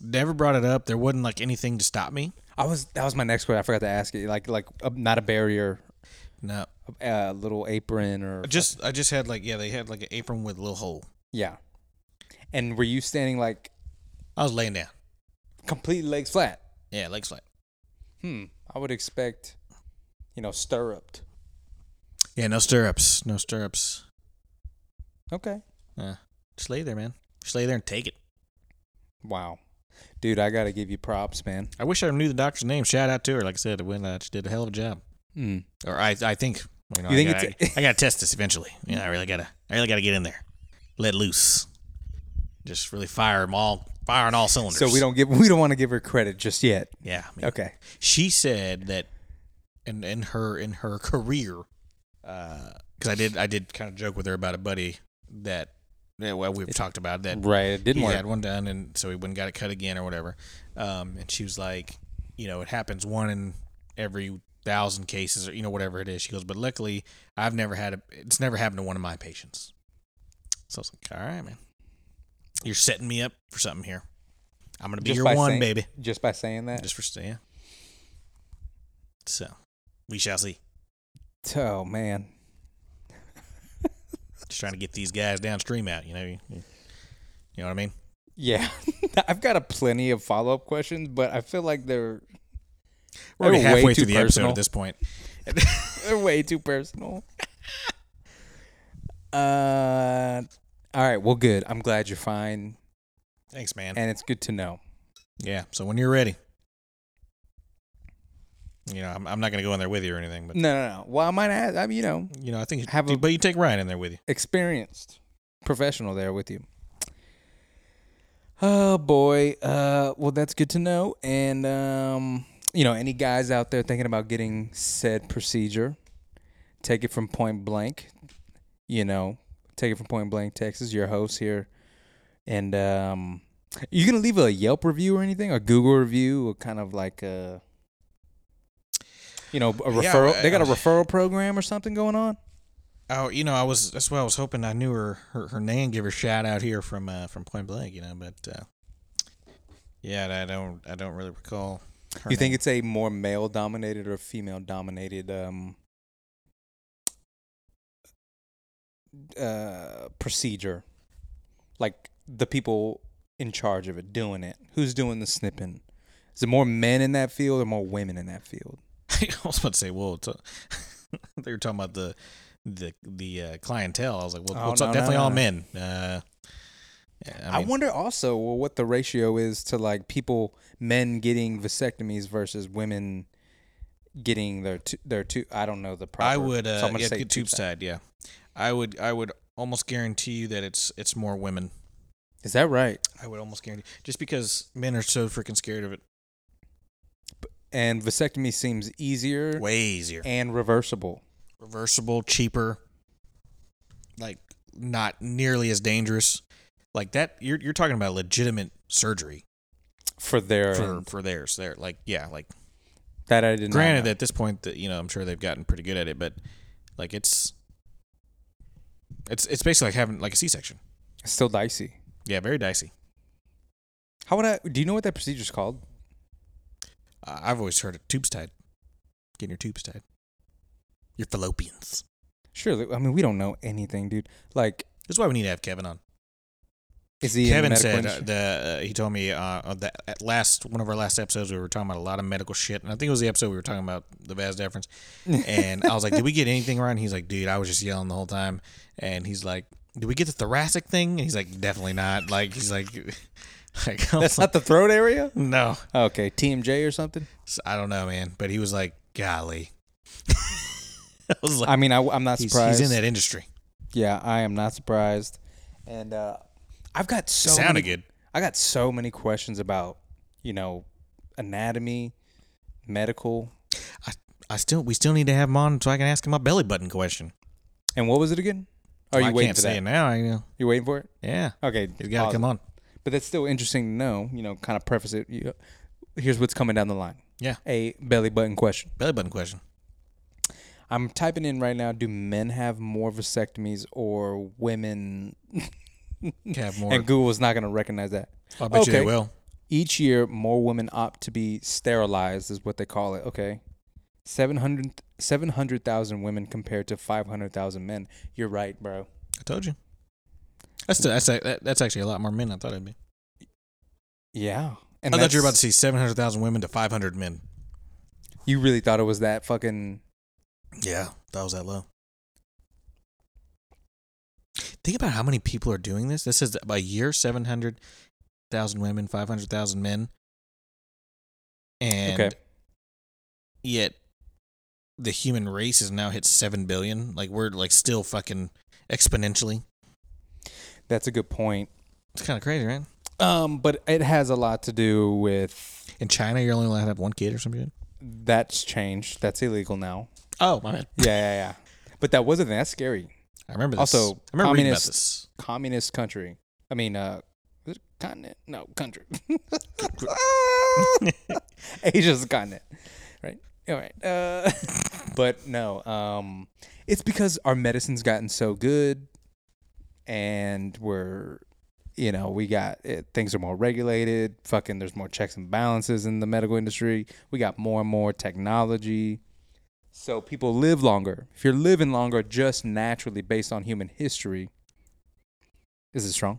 [SPEAKER 4] Never brought it up. There wasn't like anything to stop me.
[SPEAKER 3] I was. That was my next question. I forgot to ask it. Like, like uh, not a barrier, uh,
[SPEAKER 4] No,
[SPEAKER 3] a little apron, or
[SPEAKER 4] I just I just had like yeah, they had like an apron with a little hole.
[SPEAKER 3] yeah. And were you standing like
[SPEAKER 4] I was laying down.
[SPEAKER 3] complete legs flat?
[SPEAKER 4] Yeah, legs flat.
[SPEAKER 3] Hmm. I would expect, you know, stirruped.
[SPEAKER 4] Yeah, no stirrups. No stirrups.
[SPEAKER 3] Okay.
[SPEAKER 4] Yeah. Just lay there, man. Just lay there and take it.
[SPEAKER 3] Wow, dude, I gotta give you props, man.
[SPEAKER 4] I wish I knew the doctor's name. Shout out to her. Like I said, when uh, she did a hell of a job.
[SPEAKER 3] Hmm.
[SPEAKER 4] Or I, I think. You, know,
[SPEAKER 3] You
[SPEAKER 4] I
[SPEAKER 3] think
[SPEAKER 4] gotta,
[SPEAKER 3] it's-
[SPEAKER 4] I, gotta test this eventually. Yeah, I really gotta. I really gotta get in there. Let loose. Just really fire them all. Fire on all cylinders.
[SPEAKER 3] So we don't give we don't want to give her credit just yet.
[SPEAKER 4] Yeah. I mean,
[SPEAKER 3] Okay.
[SPEAKER 4] she said that in in her in her career because I did I did kind of joke with her about a buddy that yeah, well we've talked about that
[SPEAKER 3] Right. It didn't
[SPEAKER 4] he
[SPEAKER 3] work.
[SPEAKER 4] had one done and so he went and got it cut again or whatever um, and she was like you know it happens one in every thousand cases or you know whatever it is she goes but luckily I've never had a, it's never happened to one of my patients So I was like, all right, man. You're setting me up for something here. I'm gonna be
[SPEAKER 3] Just
[SPEAKER 4] your
[SPEAKER 3] by
[SPEAKER 4] one,
[SPEAKER 3] saying-
[SPEAKER 4] baby.
[SPEAKER 3] Just by saying that.
[SPEAKER 4] Just for yeah. So we shall see.
[SPEAKER 3] oh man.
[SPEAKER 4] Just trying to get these guys downstream out. You know, you, you know what I mean.
[SPEAKER 3] Yeah. <laughs> I've got a plenty of follow up questions, but I feel like they're
[SPEAKER 4] We're already
[SPEAKER 3] They're way
[SPEAKER 4] halfway
[SPEAKER 3] too
[SPEAKER 4] through the episode
[SPEAKER 3] personal.
[SPEAKER 4] at this point.
[SPEAKER 3] They're way too personal. <laughs> Uh, all right. Well, good. I'm glad you're fine,
[SPEAKER 4] Thanks, man.
[SPEAKER 3] and it's good to know.
[SPEAKER 4] yeah. So when you're ready, you know, I'm, I'm not gonna go in there with you or anything, but
[SPEAKER 3] No, no, no. Well, I might add. I mean, you know,
[SPEAKER 4] you know, I think you
[SPEAKER 3] Have a-
[SPEAKER 4] but you take Ryan in there with you.
[SPEAKER 3] experienced professional there with you. Oh boy. Uh, well, that's good to know. And um, you know, any guys out there thinking about getting said procedure, take it from Point Blank. You know, take it from Point Blank, Texas. Your host here, and um, you gonna leave a Yelp review or anything, a Google review, or kind of like a. You know, a referral.
[SPEAKER 4] I-
[SPEAKER 3] they got a referral program or something going on.
[SPEAKER 4] Oh, you know, I was that's why I was hoping I knew her her, her name. Give her a shout out here from uh, from Point Blank, you know. But uh, yeah, I don't I don't really recall. Her
[SPEAKER 3] you think
[SPEAKER 4] name.
[SPEAKER 3] it's a more male dominated or female dominated um uh procedure like the people in charge of it doing it who's doing the snipping is it more men in that field or more women in that field
[SPEAKER 4] <laughs> I was about to say, well, it's a- <laughs> they were talking about the the the uh, clientele. I was like, well,
[SPEAKER 3] Oh,
[SPEAKER 4] it's
[SPEAKER 3] no, no,
[SPEAKER 4] definitely
[SPEAKER 3] no,
[SPEAKER 4] all
[SPEAKER 3] no.
[SPEAKER 4] men. Uh, yeah,
[SPEAKER 3] i,
[SPEAKER 4] I, mean,
[SPEAKER 3] wonder also well, what the ratio is to like people men getting vasectomies versus women getting their tu- their two i don't know the proper
[SPEAKER 4] I would.
[SPEAKER 3] so
[SPEAKER 4] Uh,
[SPEAKER 3] I'm gonna
[SPEAKER 4] yeah,
[SPEAKER 3] say
[SPEAKER 4] good tube
[SPEAKER 3] tube-side.
[SPEAKER 4] side. Yeah, I would. I would almost guarantee you that it's it's more women.
[SPEAKER 3] is that right
[SPEAKER 4] I would almost guarantee just because men are so freaking scared of it.
[SPEAKER 3] and vasectomy seems easier
[SPEAKER 4] Way easier.
[SPEAKER 3] and reversible.
[SPEAKER 4] reversible, cheaper, like not nearly as dangerous. Like that, you're you're talking about legitimate surgery
[SPEAKER 3] for their
[SPEAKER 4] for for theirs. There, like yeah, like
[SPEAKER 3] that I didn't.
[SPEAKER 4] granted at this point that you know I'm sure they've gotten pretty good at it, but like it's it's it's basically like having like a C-section.
[SPEAKER 3] it's still dicey.
[SPEAKER 4] Yeah, very dicey.
[SPEAKER 3] How would I? Do you know what that procedure's called?
[SPEAKER 4] Uh, I've always heard of tubes tied, getting your tubes tied, your fallopians.
[SPEAKER 3] Surely, I mean we don't know anything, dude. Like,
[SPEAKER 4] That's why we need to have Kevin on.
[SPEAKER 3] is he in
[SPEAKER 4] Kevin
[SPEAKER 3] the medical
[SPEAKER 4] said <laughs> uh,
[SPEAKER 3] industry?
[SPEAKER 4] the uh, he told me uh, on that at last one of our last episodes we were talking about a lot of medical shit, and I think it was the episode we were talking about the vas
[SPEAKER 3] <laughs>
[SPEAKER 4] deferens, and I was like, "Did we get anything right?" And he's like, "Dude, I was just yelling the whole time," and he's like, "Did we get the thoracic thing?" And he's like, "Definitely not." Like he's like, <laughs> like I
[SPEAKER 3] That's
[SPEAKER 4] was
[SPEAKER 3] not the throat area.
[SPEAKER 4] like, no,
[SPEAKER 3] Okay, TMJ or something.
[SPEAKER 4] So, I don't know, man, but he was like, "Golly," <laughs> I was like,
[SPEAKER 3] I mean, I, am not
[SPEAKER 4] he's,
[SPEAKER 3] surprised.
[SPEAKER 4] he's in that industry.
[SPEAKER 3] Yeah, I am not surprised. And uh, I've got so
[SPEAKER 4] Sounded
[SPEAKER 3] many,
[SPEAKER 4] good.
[SPEAKER 3] I got so many questions about you know anatomy, medical,
[SPEAKER 4] I, I still we still need to have him on so I can ask him my belly button question.
[SPEAKER 3] and what was it again? Are you
[SPEAKER 4] I
[SPEAKER 3] waiting
[SPEAKER 4] can't
[SPEAKER 3] for
[SPEAKER 4] say
[SPEAKER 3] that?
[SPEAKER 4] it now. I know.
[SPEAKER 3] You waiting for it?
[SPEAKER 4] Yeah.
[SPEAKER 3] Okay,
[SPEAKER 4] He's got to
[SPEAKER 3] pause it.
[SPEAKER 4] come on.
[SPEAKER 3] But that's still interesting to know, you know, kind of preface it. You here's what's coming down the line.
[SPEAKER 4] Yeah.
[SPEAKER 3] A belly button question.
[SPEAKER 4] Belly button question.
[SPEAKER 3] I'm typing in right now do men have more vasectomies or women?
[SPEAKER 4] Have more.
[SPEAKER 3] And Google is not going to recognize that.
[SPEAKER 4] I bet you
[SPEAKER 3] okay.
[SPEAKER 4] they will.
[SPEAKER 3] Each year, more women opt to be sterilized, is what they call it. Okay. 700 700,000 women compared to 500,000 men. You're right, bro.
[SPEAKER 4] I told you. That's the, that's a, that, that's actually a lot more men. than I thought it'd be.
[SPEAKER 3] Yeah. And
[SPEAKER 4] I thought you were about to
[SPEAKER 3] that's-
[SPEAKER 4] see seven hundred thousand women to five hundred men.
[SPEAKER 3] You really thought it was that fucking.
[SPEAKER 4] Yeah, that was that low. Think about how many people are doing this. This is a year seven hundred thousand women, five hundred thousand men, and
[SPEAKER 3] Okay.
[SPEAKER 4] yet the human race has now hit seven billion. Like we're like still fucking exponentially.
[SPEAKER 3] That's a good point.
[SPEAKER 4] It's kind of crazy, right?
[SPEAKER 3] Um, but it has a lot to do with
[SPEAKER 4] In China, you're only allowed to have one kid or something.
[SPEAKER 3] That's changed. That's illegal now.
[SPEAKER 4] Oh, my bad.
[SPEAKER 3] Yeah, yeah, yeah. But that wasn't that's scary.
[SPEAKER 4] I remember this.
[SPEAKER 3] Also,
[SPEAKER 4] I remember reading about
[SPEAKER 3] communist-
[SPEAKER 4] this.
[SPEAKER 3] Communist country. I mean, uh, is it continent? No, country. <laughs> Asia's a continent, right? All right. Uh, <laughs> but no, um, it's because our medicine's gotten so good. and we're you know we got it, things are more regulated fucking there's more checks and balances in the medical industry we got more and more technology so people live longer if you're living longer just naturally based on human history is it strong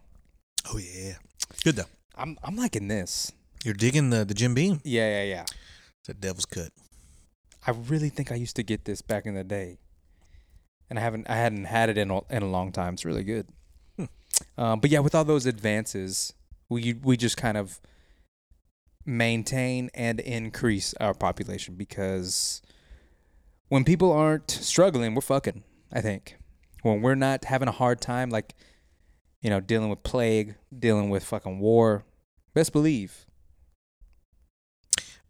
[SPEAKER 4] Oh yeah, good though.
[SPEAKER 3] i'm i'm liking this
[SPEAKER 4] You're digging the the Jim Beam.
[SPEAKER 3] yeah yeah yeah
[SPEAKER 4] It's a devil's cut.
[SPEAKER 3] i really think i used to get this back in the day and i haven't i hadn't had it in a, in a long time it's really good Uh, but yeah, with all those advances, we we just kind of maintain and increase our population because when people aren't struggling, we're fucking. I think when we're not having a hard time, like you know, dealing with plague, dealing with fucking war, best believe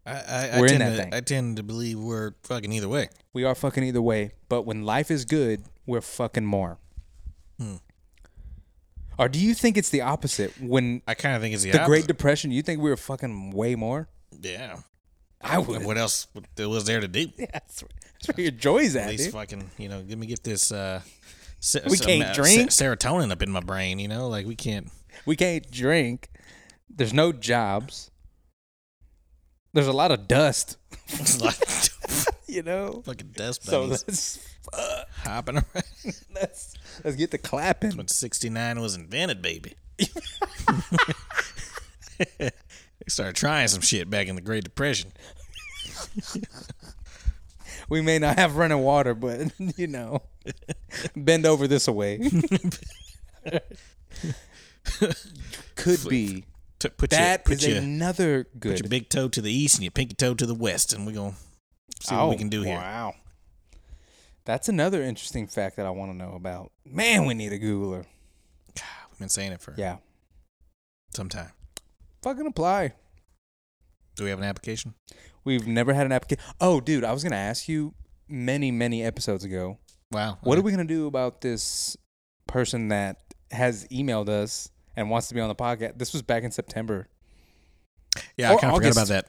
[SPEAKER 4] I I,
[SPEAKER 3] We're
[SPEAKER 4] I
[SPEAKER 3] in
[SPEAKER 4] tend
[SPEAKER 3] that
[SPEAKER 4] to,
[SPEAKER 3] thing.
[SPEAKER 4] I tend to believe we're fucking either way.
[SPEAKER 3] we are fucking either way. But when life is good, we're fucking more. Or do you think it's the opposite? When
[SPEAKER 4] I kind of think it's the,
[SPEAKER 3] the Great
[SPEAKER 4] opposite.
[SPEAKER 3] Depression, you think we were fucking way more?
[SPEAKER 4] yeah.
[SPEAKER 3] I
[SPEAKER 4] And What else w- there was there to do?
[SPEAKER 3] <laughs> Yeah, that's where, that's where your joy's at,
[SPEAKER 4] At least
[SPEAKER 3] dude.
[SPEAKER 4] fucking you know, let me get this. uh se-
[SPEAKER 3] We
[SPEAKER 4] some,
[SPEAKER 3] can't
[SPEAKER 4] uh,
[SPEAKER 3] drink.
[SPEAKER 4] se- serotonin up in my brain. You know, like we can't.
[SPEAKER 3] We can't drink. There's no jobs. There's a lot of dust, <laughs>
[SPEAKER 4] It's like <laughs>
[SPEAKER 3] you know.
[SPEAKER 4] fucking dust
[SPEAKER 3] So
[SPEAKER 4] bunnies
[SPEAKER 3] let's <laughs>
[SPEAKER 4] hopping around.
[SPEAKER 3] let's let's get the clapping.
[SPEAKER 4] When sixty nine was invented,
[SPEAKER 3] <laughs>
[SPEAKER 4] baby. they started trying some shit back in the Great Depression.
[SPEAKER 3] We may not have running water, but <laughs> you know, bend over
[SPEAKER 4] <laughs>
[SPEAKER 3] this away. Could be
[SPEAKER 4] T- put
[SPEAKER 3] that
[SPEAKER 4] your,
[SPEAKER 3] is
[SPEAKER 4] put your,
[SPEAKER 3] another
[SPEAKER 4] put
[SPEAKER 3] good.
[SPEAKER 4] your big toe to the east and your pinky toe to the west, and we're gonna see what we can do here.
[SPEAKER 3] Oh, Wow. That's another interesting fact that I want to know about. Man, we need a Googler.
[SPEAKER 4] We've been saying it for
[SPEAKER 3] Yeah.
[SPEAKER 4] some time.
[SPEAKER 3] Fucking apply.
[SPEAKER 4] Do we have an application?
[SPEAKER 3] We've never had an application. Oh, dude, I was gonna ask you many, many episodes ago.
[SPEAKER 4] Wow.
[SPEAKER 3] What are we gonna do about this person that has emailed us and wants to be on the podcast? This was back in September
[SPEAKER 4] Yeah, I
[SPEAKER 3] or
[SPEAKER 4] kind of forgot about
[SPEAKER 3] August?
[SPEAKER 4] that.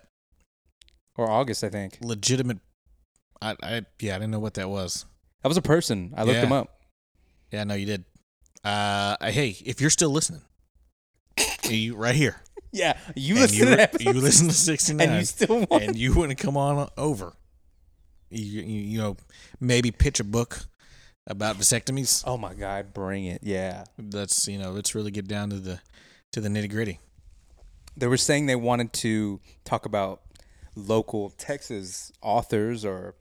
[SPEAKER 3] or August, I think.
[SPEAKER 4] Legitimate. I, I yeah, I didn't know what that was.
[SPEAKER 3] That was a person. I looked
[SPEAKER 4] Yeah.
[SPEAKER 3] him up.
[SPEAKER 4] Yeah, no, you did. Uh, I- hey, if you're still listening, you right here.
[SPEAKER 3] Yeah, you
[SPEAKER 4] and
[SPEAKER 3] listen
[SPEAKER 4] you,
[SPEAKER 3] to
[SPEAKER 4] re-
[SPEAKER 3] that episode
[SPEAKER 4] you listen to 69,
[SPEAKER 3] and you still want.
[SPEAKER 4] and you want to come on over. You, you you know maybe pitch a book about vasectomies.
[SPEAKER 3] <laughs> oh my god, bring it! Yeah,
[SPEAKER 4] That's you know let's really get down to the to the nitty gritty.
[SPEAKER 3] they were saying they wanted to talk about local Texas authors or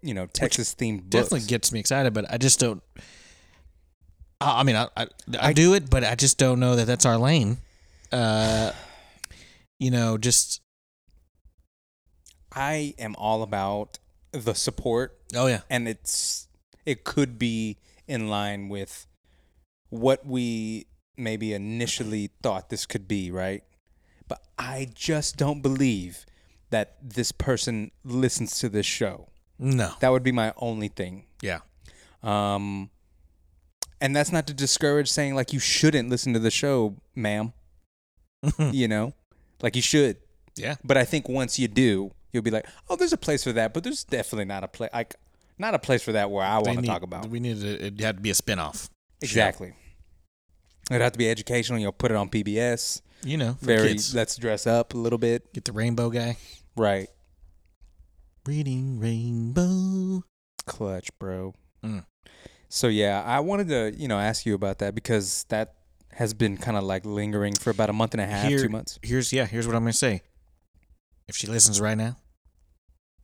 [SPEAKER 3] you know Texas themed books.
[SPEAKER 4] Definitely gets me excited, but I just don't. I, I mean, I, I I do it, but I just don't know that that's our lane. Uh, you know, just
[SPEAKER 3] I am all about the support
[SPEAKER 4] oh yeah,
[SPEAKER 3] and it's it could be in line with what we maybe initially thought this could be, right? But I just don't believe that this person listens to this show.
[SPEAKER 4] no,
[SPEAKER 3] That would be my only thing.
[SPEAKER 4] yeah,
[SPEAKER 3] Um and that's not to discourage saying like you shouldn't listen to the show, ma'am. you know? Like you should.
[SPEAKER 4] yeah.
[SPEAKER 3] But I think once you do, you'll be like, "Oh, there's a place for that," but there's definitely not a place like not a place for that where I
[SPEAKER 4] They
[SPEAKER 3] want to
[SPEAKER 4] need-
[SPEAKER 3] talk about.
[SPEAKER 4] We need to, it had to be a spinoff.
[SPEAKER 3] Exactly. It'd have to be educational. You'll put it on PBS.
[SPEAKER 4] You know, for
[SPEAKER 3] Very
[SPEAKER 4] kids.
[SPEAKER 3] let's dress up a little bit.
[SPEAKER 4] get the rainbow guy
[SPEAKER 3] Right.
[SPEAKER 4] reading rainbow.
[SPEAKER 3] Clutch, bro.
[SPEAKER 4] Mm.
[SPEAKER 3] So yeah, I wanted to, you know, ask you about that because that has been kind of like lingering for about a month and a half,
[SPEAKER 4] Here-
[SPEAKER 3] two months.
[SPEAKER 4] Here's yeah. Here's what I'm gonna say. If she listens right now,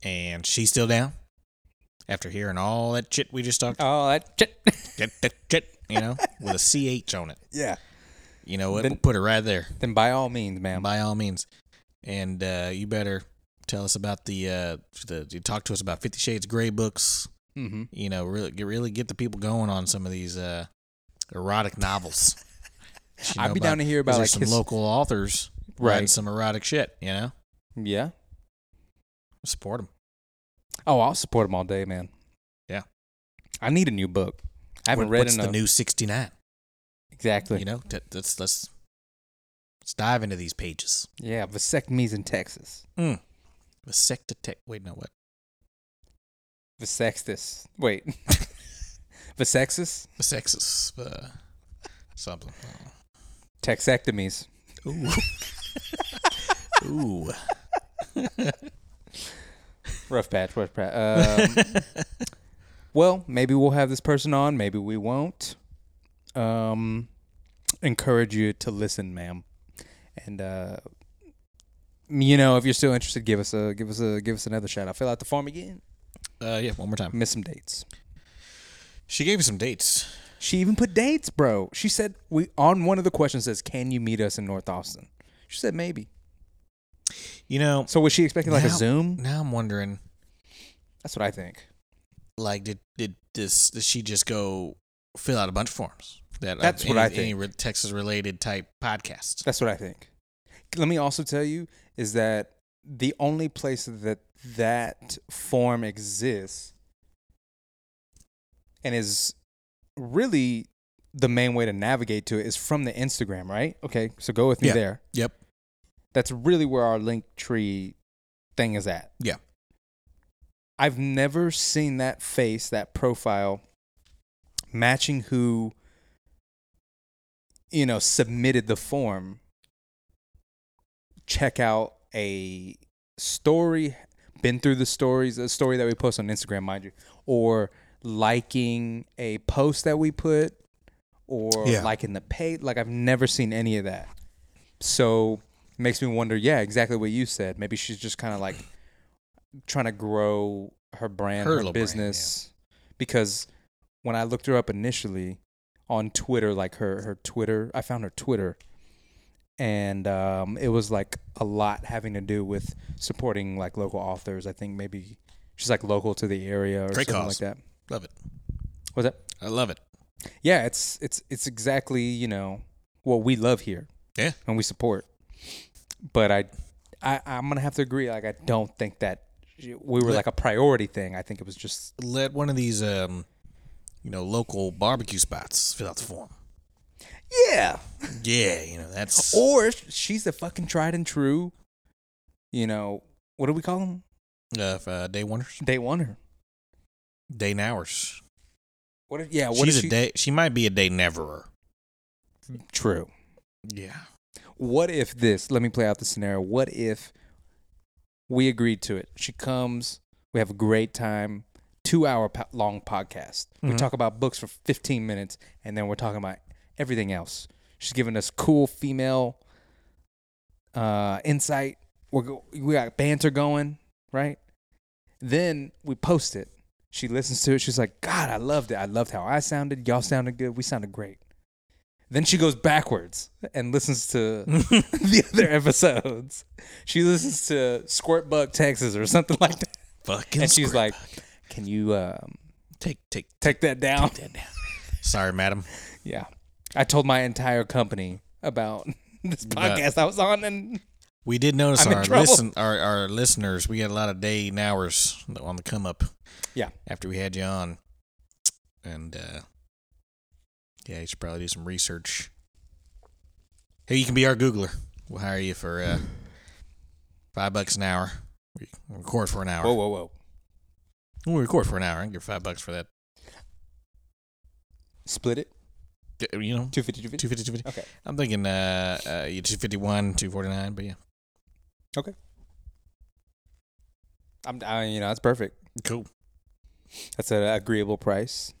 [SPEAKER 4] and she's still down, after hearing all that shit we just talked
[SPEAKER 3] Oh, that shit.
[SPEAKER 4] Chit, chit, chit, you know, with a CH on it.
[SPEAKER 3] yeah.
[SPEAKER 4] You know what?
[SPEAKER 3] Then-
[SPEAKER 4] We'll put it right there,
[SPEAKER 3] Then by all means, ma'am.
[SPEAKER 4] by all means. And uh, you better tell us about the, uh, the, you talk to us about Fifty Shades Grey books.
[SPEAKER 3] Mm-hmm.
[SPEAKER 4] You know, really, get- really get the people going on some of these uh, erotic
[SPEAKER 3] <laughs>
[SPEAKER 4] novels. You
[SPEAKER 3] I'd
[SPEAKER 4] know,
[SPEAKER 3] be
[SPEAKER 4] about-
[SPEAKER 3] down to hear about
[SPEAKER 4] there's some
[SPEAKER 3] like his,
[SPEAKER 4] local authors writing
[SPEAKER 3] Right.
[SPEAKER 4] some erotic shit. You know,
[SPEAKER 3] Yeah.
[SPEAKER 4] support them.
[SPEAKER 3] Oh, I'll support him all day, man.
[SPEAKER 4] Yeah.
[SPEAKER 3] I need a new book. I haven't read
[SPEAKER 4] What's
[SPEAKER 3] enough.
[SPEAKER 4] the new sixty nine?
[SPEAKER 3] exactly.
[SPEAKER 4] You know, that, that's let's let's dive into these pages.
[SPEAKER 3] Yeah, vasectomies in Texas.
[SPEAKER 4] Mm. Vasectotech. Wait, no, what? <laughs>
[SPEAKER 3] Vasextus. Wait. Vasexus?
[SPEAKER 4] Vasexus. Uh, Something.
[SPEAKER 3] Texectomies.
[SPEAKER 4] <laughs> Ooh. Ooh.
[SPEAKER 3] Rough patch,
[SPEAKER 4] <laughs>
[SPEAKER 3] rough patch. Um, well, maybe we'll have this person on. Maybe we won't. Um, encourage you to listen, ma'am. And uh, you know, if you're still interested, give us a give us a give us another shout out. Fill out the form again.
[SPEAKER 4] Uh, yeah, one more time.
[SPEAKER 3] Miss some dates.
[SPEAKER 4] She gave me some dates.
[SPEAKER 3] She even put dates, bro. She said we on one of the questions says, "Can you meet us in North Austin?" She said maybe.
[SPEAKER 4] You know,
[SPEAKER 3] So was she expecting like a
[SPEAKER 4] now-
[SPEAKER 3] Zoom?
[SPEAKER 4] Now I'm wondering,
[SPEAKER 3] That's what I think.
[SPEAKER 4] like, did did this? Did she just go fill out a bunch of forms? That
[SPEAKER 3] That's
[SPEAKER 4] of
[SPEAKER 3] what
[SPEAKER 4] any,
[SPEAKER 3] I
[SPEAKER 4] Any re- Texas related type podcast.
[SPEAKER 3] That's what I think. Let me also tell you is that the only place that that form exists and is really the main way to navigate to it is from the Instagram, right? Okay, so go with me
[SPEAKER 4] Yeah.
[SPEAKER 3] there.
[SPEAKER 4] Yep.
[SPEAKER 3] That's really where our link tree thing is at.
[SPEAKER 4] Yeah.
[SPEAKER 3] I've never seen that face, that profile matching who you know submitted the form. Check out a story, been through the stories, a story that we post on Instagram, mind you, or liking a post that we put or
[SPEAKER 4] Yeah.
[SPEAKER 3] liking the page. Like I've never seen any of that. So makes me wonder, yeah, exactly what you said. Maybe she's just kind of like trying to grow her brand,
[SPEAKER 4] Her
[SPEAKER 3] her,
[SPEAKER 4] little brand,
[SPEAKER 3] business. Because when I looked her up initially on Twitter, like her her Twitter, I found her Twitter, and um, it was like a lot having to do with supporting like local authors. I think maybe she's like local to the area or
[SPEAKER 4] Great
[SPEAKER 3] something
[SPEAKER 4] cause.
[SPEAKER 3] like that.
[SPEAKER 4] Love it.
[SPEAKER 3] Was that?
[SPEAKER 4] I love it.
[SPEAKER 3] Yeah, it's it's it's exactly you know what we love here
[SPEAKER 4] Yeah.
[SPEAKER 3] and we support. But I, I I'm gonna have to agree. Like I don't think that we were like a priority thing. I think it was just
[SPEAKER 4] Let one of these, um, you know, local barbecue spots fill out the form.
[SPEAKER 3] yeah.
[SPEAKER 4] Yeah, you know
[SPEAKER 3] <laughs>
[SPEAKER 4] that's
[SPEAKER 3] Or she's a fucking tried and true. You know what do we call them?
[SPEAKER 4] uh, f- uh, day wonders,
[SPEAKER 3] Day oneer.
[SPEAKER 4] day nowers.
[SPEAKER 3] What? If, yeah. What
[SPEAKER 4] She's
[SPEAKER 3] is
[SPEAKER 4] a
[SPEAKER 3] she?
[SPEAKER 4] day. She might be a day neverer.
[SPEAKER 3] true.
[SPEAKER 4] Yeah.
[SPEAKER 3] What if this? Let me play out the scenario. What if we agreed to it? She comes. We have a great time. Two hour po- long podcast. We
[SPEAKER 4] Mhm.
[SPEAKER 3] talk about books for 15 minutes and then we're talking about everything else. She's giving us cool female uh, insight. We're go- we got banter going, right? Then we post it. She listens to it. She's like, God, I loved it. I loved how I sounded. Y'all sounded good. We sounded great. Then she goes backwards and listens to <laughs> the other episodes. She listens to Squirt Bug Texas or something like that.
[SPEAKER 4] Fucking.
[SPEAKER 3] and she's
[SPEAKER 4] script.
[SPEAKER 3] like, Can you um,
[SPEAKER 4] take, take
[SPEAKER 3] take that down?
[SPEAKER 4] that down. Sorry, madam.
[SPEAKER 3] Yeah. I told my entire company about <laughs> this podcast I was on and
[SPEAKER 4] We
[SPEAKER 3] <laughs>
[SPEAKER 4] did notice
[SPEAKER 3] I'm in
[SPEAKER 4] our
[SPEAKER 3] trouble.
[SPEAKER 4] listen our, our listeners. We had a lot of day and hours on the come up.
[SPEAKER 3] Yeah.
[SPEAKER 4] After we had you on, and uh, yeah, you should probably do some research. Hey, you can be our Googler. We'll hire you for uh, five bucks an hour. We record for an hour.
[SPEAKER 3] whoa, whoa, whoa.
[SPEAKER 4] We record for an hour. I give five bucks for that.
[SPEAKER 3] Split it.
[SPEAKER 4] G- You know,
[SPEAKER 3] 250, 250.
[SPEAKER 4] two fifty, two fifty.
[SPEAKER 3] Okay.
[SPEAKER 4] I'm thinking uh, uh, two fifty one, two forty nine. But yeah,
[SPEAKER 3] I'm, I, you know, that's perfect.
[SPEAKER 4] cool.
[SPEAKER 3] That's an agreeable price.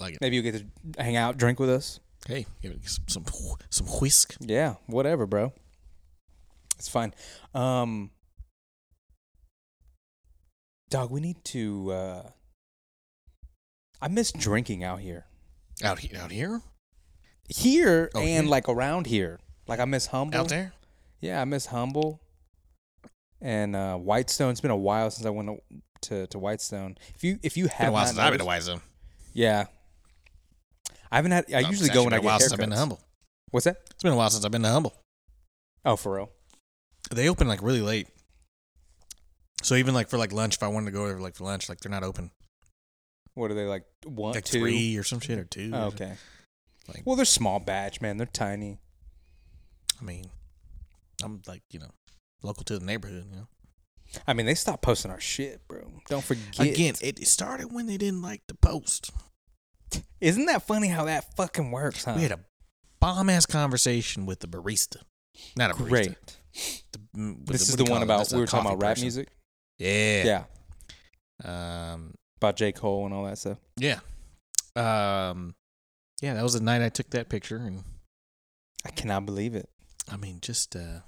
[SPEAKER 4] I like it.
[SPEAKER 3] Maybe you get to hang out, drink with us.
[SPEAKER 4] Hey, give it some some, wh- some whisk.
[SPEAKER 3] Yeah, whatever, bro. It's fine. Um Dog, we need to uh I miss drinking out here.
[SPEAKER 4] out here, out here,
[SPEAKER 3] Here
[SPEAKER 4] Oh,
[SPEAKER 3] and
[SPEAKER 4] here?
[SPEAKER 3] like around here. Like I miss Humble.
[SPEAKER 4] out there.
[SPEAKER 3] Yeah, I miss Humble. And uh Whitestone. It's been a while since I went to to, to Whitestone. If you if you have
[SPEAKER 4] Been a while
[SPEAKER 3] not
[SPEAKER 4] since I've been to
[SPEAKER 3] noticed-
[SPEAKER 4] Wise Zone.
[SPEAKER 3] Yeah. I haven't had I
[SPEAKER 4] Um,
[SPEAKER 3] usually
[SPEAKER 4] it's
[SPEAKER 3] go
[SPEAKER 4] actually
[SPEAKER 3] when I
[SPEAKER 4] been a while
[SPEAKER 3] get
[SPEAKER 4] since I've been to
[SPEAKER 3] haircuts.
[SPEAKER 4] Humble.
[SPEAKER 3] What's that?
[SPEAKER 4] It's been a while since I've been to Humble.
[SPEAKER 3] Oh, for real.
[SPEAKER 4] They open like really late, so even like for like lunch, if I wanted to go there like for lunch, like they're not open
[SPEAKER 3] What are they like one
[SPEAKER 4] like
[SPEAKER 3] two?
[SPEAKER 4] three or some shit or two.
[SPEAKER 3] Oh,
[SPEAKER 4] or-
[SPEAKER 3] okay.
[SPEAKER 4] Like-
[SPEAKER 3] well, they're small batch, man. They're tiny.
[SPEAKER 4] I mean, I'm like you know local to the neighborhood. You know,
[SPEAKER 3] I mean, they stopped posting our shit, bro. Don't forget.
[SPEAKER 4] again, it, it started when they didn't like the post.
[SPEAKER 3] isn't that funny how that fucking works, huh?
[SPEAKER 4] We had a bomb ass conversation with the barista. Not a barista.
[SPEAKER 3] Great.
[SPEAKER 4] The- mm, what
[SPEAKER 3] This
[SPEAKER 4] what
[SPEAKER 3] is
[SPEAKER 4] do
[SPEAKER 3] the
[SPEAKER 4] you
[SPEAKER 3] one
[SPEAKER 4] call it?
[SPEAKER 3] about
[SPEAKER 4] That's a
[SPEAKER 3] we were talking
[SPEAKER 4] coffee
[SPEAKER 3] about rap
[SPEAKER 4] person.
[SPEAKER 3] music.
[SPEAKER 4] Yeah.
[SPEAKER 3] Yeah.
[SPEAKER 4] Um,
[SPEAKER 3] about J Cole and all that stuff.
[SPEAKER 4] yeah. Um, yeah, that was the night I took that picture. And
[SPEAKER 3] I cannot believe it.
[SPEAKER 4] I mean, just uh,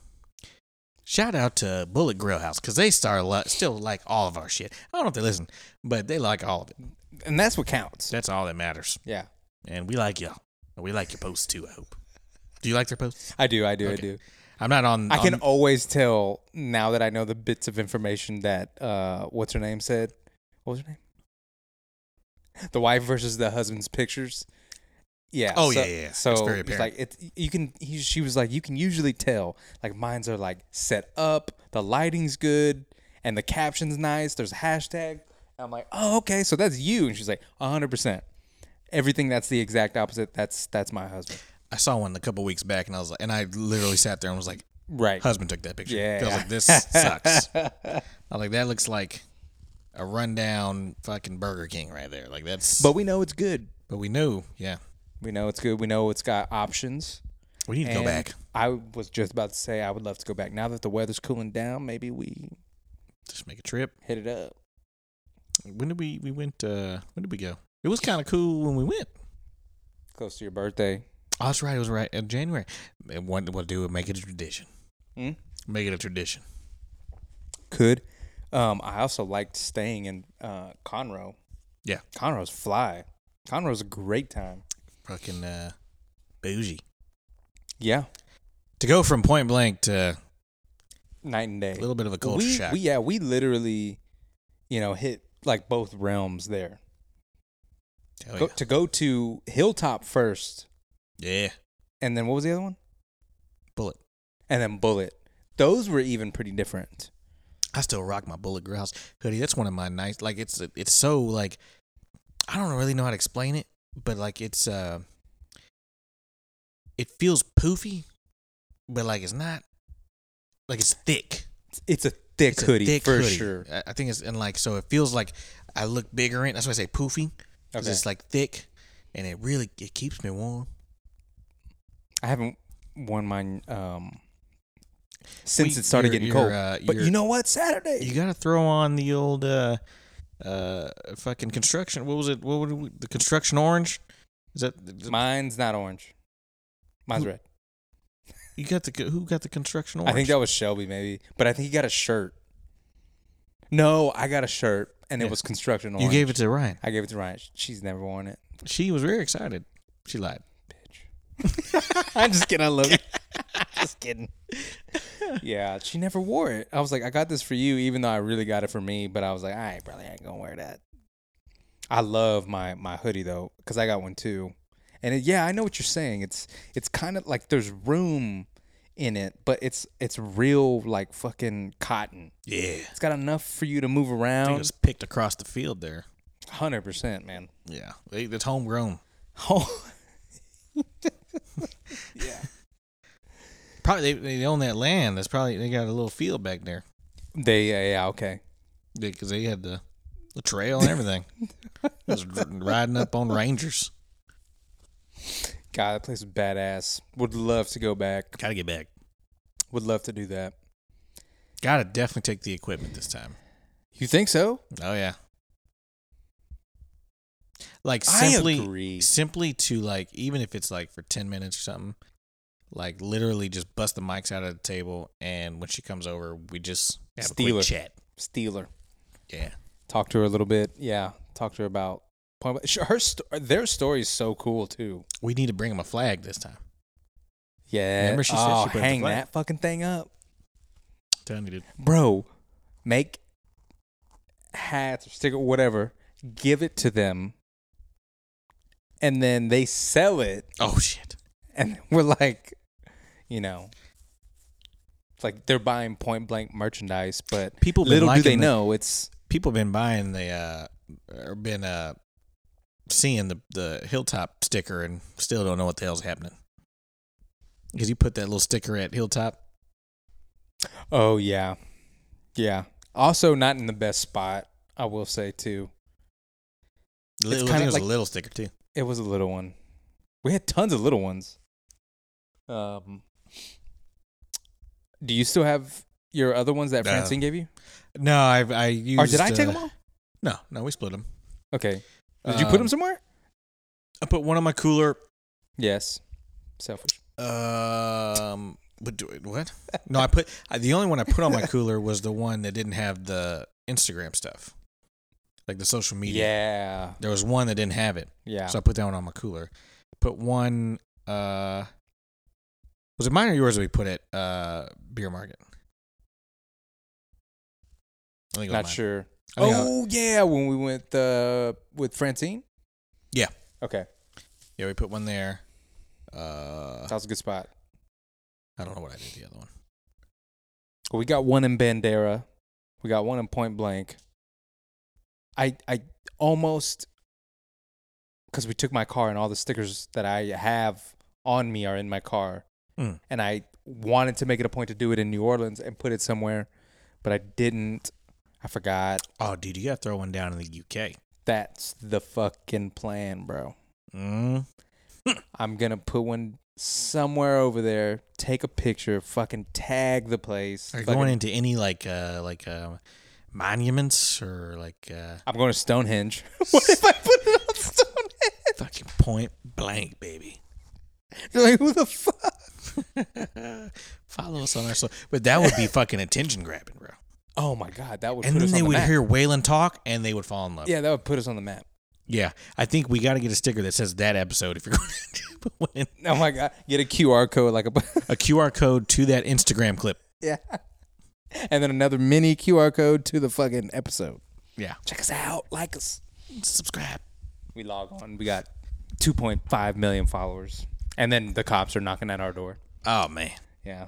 [SPEAKER 4] shout out to Bullet Grill House because they star li- still like all of our shit. I don't know if they listen, but they like all of it.
[SPEAKER 3] And that's what counts.
[SPEAKER 4] That's all that matters.
[SPEAKER 3] yeah,
[SPEAKER 4] And we like y'all. And we like your posts too, I hope. Do you like their posts?
[SPEAKER 3] I do. I do. I
[SPEAKER 4] Okay.
[SPEAKER 3] do.
[SPEAKER 4] I'm not on.
[SPEAKER 3] I can
[SPEAKER 4] on-
[SPEAKER 3] always tell now that I know the bits of information that uh, what's her name said. What was her name? The wife versus the husband's pictures. Yeah.
[SPEAKER 4] Oh,
[SPEAKER 3] so-
[SPEAKER 4] yeah, yeah, yeah. It's
[SPEAKER 3] So
[SPEAKER 4] very
[SPEAKER 3] it's like it's you can. He, she was like, you can usually tell. Like mine's are like set up. The lighting's good, and the caption's nice. There's a hashtag. I'm like, oh okay, so that's you. And she's like, hundred percent. Everything that's the exact opposite. That's that's my husband.
[SPEAKER 4] I saw one a couple weeks back, and I was like, and I literally sat there and was like,
[SPEAKER 3] Right.
[SPEAKER 4] husband took that picture.
[SPEAKER 3] Yeah.
[SPEAKER 4] I was like, this sucks. <laughs> I was like, that looks like a rundown fucking Burger King right there. Like that's.
[SPEAKER 3] But we know it's good.
[SPEAKER 4] but we knew, yeah.
[SPEAKER 3] We know it's good. We know it's got options.
[SPEAKER 4] We need to go
[SPEAKER 3] And
[SPEAKER 4] back.
[SPEAKER 3] I was just about to say I would love to go back. Now that the weather's cooling down, maybe we
[SPEAKER 4] Just make a trip.
[SPEAKER 3] hit it up.
[SPEAKER 4] When did we we went? uh When did we go? It was kind of cool when we went.
[SPEAKER 3] Close to your birthday.
[SPEAKER 4] Oh, that's right. It was right in January. And what what do we make it a tradition?
[SPEAKER 3] Hmm?
[SPEAKER 4] Make it a tradition.
[SPEAKER 3] Could. Um, I also liked staying in uh, Conroe.
[SPEAKER 4] Yeah.
[SPEAKER 3] Conroe's fly. Conroe's a great time.
[SPEAKER 4] Fucking uh, bougie.
[SPEAKER 3] Yeah.
[SPEAKER 4] To go from point blank to
[SPEAKER 3] Night and day.
[SPEAKER 4] a little bit of a culture
[SPEAKER 3] we,
[SPEAKER 4] shock.
[SPEAKER 3] we yeah, we literally, you know, hit like both realms there.
[SPEAKER 4] Hell
[SPEAKER 3] Go, to go to Hilltop first,
[SPEAKER 4] yeah. yeah.
[SPEAKER 3] and then what was the other one?
[SPEAKER 4] Bullet.
[SPEAKER 3] And then Bullet. Those were even pretty different.
[SPEAKER 4] I still rock my Bullet Grill House hoodie. That's one of my nice. Like it's it's so like I don't really know how to explain it, but like it's uh it feels poofy, but like it's not like it's thick.
[SPEAKER 3] It's a thick
[SPEAKER 4] It's a
[SPEAKER 3] hoodie
[SPEAKER 4] thick
[SPEAKER 3] for
[SPEAKER 4] hoodie.
[SPEAKER 3] sure.
[SPEAKER 4] I- I think it's and like so it feels like I look bigger in. That's why I say poofy because
[SPEAKER 3] Okay.
[SPEAKER 4] it's like thick, and it really it keeps me warm.
[SPEAKER 3] I haven't worn mine um, since
[SPEAKER 4] We-
[SPEAKER 3] it started
[SPEAKER 4] your-
[SPEAKER 3] getting
[SPEAKER 4] your,
[SPEAKER 3] cold.
[SPEAKER 4] uh,
[SPEAKER 3] but
[SPEAKER 4] your-
[SPEAKER 3] you know what? Saturday.
[SPEAKER 4] You gotta throw on the old uh uh fucking construction. What was it? What would we, the construction orange? Is that
[SPEAKER 3] Mine's not orange. Mine's red.
[SPEAKER 4] you got the who got the construction orange?
[SPEAKER 3] I think that was Shelby, maybe. But I think he got a shirt. No, I got a shirt, and it
[SPEAKER 4] Yeah.
[SPEAKER 3] was construction orange.
[SPEAKER 4] you gave it to Ryan.
[SPEAKER 3] I gave it to Ryan. She's never worn it.
[SPEAKER 4] She was very excited. She lied.
[SPEAKER 3] <laughs> I'm just kidding. I love you. just kidding. Yeah, she never wore it. I was like, I got this for you, even though I really got it for me. But I was like, I probably ain't gonna wear that. I love my my hoodie though, cause I got one too. And it, yeah, I know what you're saying. It's it's kind of like there's room in it, but it's it's real like fucking cotton.
[SPEAKER 4] Yeah,
[SPEAKER 3] It's got enough for you to move
[SPEAKER 4] it
[SPEAKER 3] around.
[SPEAKER 4] was picked across the field there.
[SPEAKER 3] Hundred percent, man. <laughs>
[SPEAKER 4] Yeah, they, it's homegrown.
[SPEAKER 3] Oh,
[SPEAKER 4] Probably they, they own that land. That's probably they got a little field back there
[SPEAKER 3] they yeah, yeah okay.
[SPEAKER 4] because they had the the trail and
[SPEAKER 3] <laughs>
[SPEAKER 4] everything. It was r- riding up on rangers.
[SPEAKER 3] God, that place is badass. Would love to go back.
[SPEAKER 4] Got to get back.
[SPEAKER 3] Would love to do that.
[SPEAKER 4] Got to definitely take the equipment this time.
[SPEAKER 3] You think so?
[SPEAKER 4] Oh yeah. Like
[SPEAKER 3] I
[SPEAKER 4] simply
[SPEAKER 3] agree.
[SPEAKER 4] simply to like even if it's like for 10 minutes or something, like literally just bust the mics out of the table and when she comes over, we just have a
[SPEAKER 3] Steal her.
[SPEAKER 4] quick chat.
[SPEAKER 3] Steeler.
[SPEAKER 4] Yeah.
[SPEAKER 3] Talk to her a little bit. Yeah. Talk to her about Point Blank. Sh- Her sto- their story is so cool too.
[SPEAKER 4] We need to bring him a flag this time.
[SPEAKER 3] Yeah.
[SPEAKER 4] Remember she said she
[SPEAKER 3] oh,
[SPEAKER 4] put the
[SPEAKER 3] hang
[SPEAKER 4] flag-
[SPEAKER 3] that fucking thing up,
[SPEAKER 4] Tony did.
[SPEAKER 3] bro. Make hats or sticker whatever. Give it to them, and then they sell it,
[SPEAKER 4] Oh shit.
[SPEAKER 3] and <laughs> we're like, you know. It's like they're buying point blank merchandise, but
[SPEAKER 4] People been
[SPEAKER 3] little do
[SPEAKER 4] liking
[SPEAKER 3] they
[SPEAKER 4] the-
[SPEAKER 3] know it's
[SPEAKER 4] People been buying the uh or been uh seeing the the hilltop sticker and still don't know what the hell's happening. Cuz you put that little sticker at hilltop
[SPEAKER 3] Oh yeah, yeah. Also, not in the best spot. I will say too.
[SPEAKER 4] Little- I
[SPEAKER 3] kinda
[SPEAKER 4] think it was
[SPEAKER 3] like-
[SPEAKER 4] a little sticker too.
[SPEAKER 3] It was a little one. We had tons of little ones. Um, do you still have your other ones that
[SPEAKER 4] Uh,
[SPEAKER 3] Francine gave you?
[SPEAKER 4] No, I I used.
[SPEAKER 3] Or did I take
[SPEAKER 4] uh,
[SPEAKER 3] them all?
[SPEAKER 4] No, no, we split them.
[SPEAKER 3] Okay. Um, Did you put them somewhere?
[SPEAKER 4] I put one on my cooler.
[SPEAKER 3] Yes. Selfish.
[SPEAKER 4] Um, but do, <laughs> what? No, I put I, the only one I put on my cooler was the one that didn't have the Instagram stuff, like the social media.
[SPEAKER 3] Yeah.
[SPEAKER 4] There was one that didn't have it,
[SPEAKER 3] Yeah.
[SPEAKER 4] so I put that one on my cooler. Put one. Uh, was it mine or yours? that We put at uh beer market. I think it was
[SPEAKER 3] Not
[SPEAKER 4] mine.
[SPEAKER 3] sure.
[SPEAKER 4] I think I-
[SPEAKER 3] oh yeah, when we went uh, with Francine.
[SPEAKER 4] Yeah.
[SPEAKER 3] Okay,
[SPEAKER 4] Yeah, we put one there. Uh,
[SPEAKER 3] that was a good spot.
[SPEAKER 4] I don't know what I did to the other one.
[SPEAKER 3] We got one in Bandera. We got one in Point Blank. I I almost because we took my car and all the stickers that I have on me are in my car,
[SPEAKER 4] Mm.
[SPEAKER 3] and I wanted to make it a point to do it in New Orleans and put it somewhere, but I didn't. I forgot.
[SPEAKER 4] Oh, dude, you gotta throw one down in the UK.
[SPEAKER 3] That's the fucking plan, bro.
[SPEAKER 4] Mm.
[SPEAKER 3] I'm gonna put one somewhere over there, take a picture, fucking tag the place.
[SPEAKER 4] Are you
[SPEAKER 3] fucking-
[SPEAKER 4] going into any like uh like uh, monuments or like <laughs> uh
[SPEAKER 3] I'm going to Stonehenge. <laughs> what if I put it
[SPEAKER 4] <laughs>
[SPEAKER 3] on Stonehenge?
[SPEAKER 4] fucking point blank, <laughs> baby?
[SPEAKER 3] You're like, who the fuck?
[SPEAKER 4] Follow us on our social, but that would be fucking attention grabbing, bro.
[SPEAKER 3] Oh my god, that would
[SPEAKER 4] And
[SPEAKER 3] put
[SPEAKER 4] then
[SPEAKER 3] us on
[SPEAKER 4] they
[SPEAKER 3] the
[SPEAKER 4] would
[SPEAKER 3] map.
[SPEAKER 4] hear Waylon talk, and they would fall in love.
[SPEAKER 3] yeah, that would put us on the map.
[SPEAKER 4] yeah. I think we got to get a sticker that says that episode if you're <laughs> going to put one in.
[SPEAKER 3] Oh my god, get a QR code like a bu- <laughs>
[SPEAKER 4] a QR code to that Instagram clip.
[SPEAKER 3] yeah, and then another mini QR code to the fucking episode.
[SPEAKER 4] Yeah,
[SPEAKER 3] Check us out, like us.
[SPEAKER 4] subscribe.
[SPEAKER 3] We log on. We got 2.5 million followers, and then the cops are knocking at our door.
[SPEAKER 4] Oh man,
[SPEAKER 3] Yeah,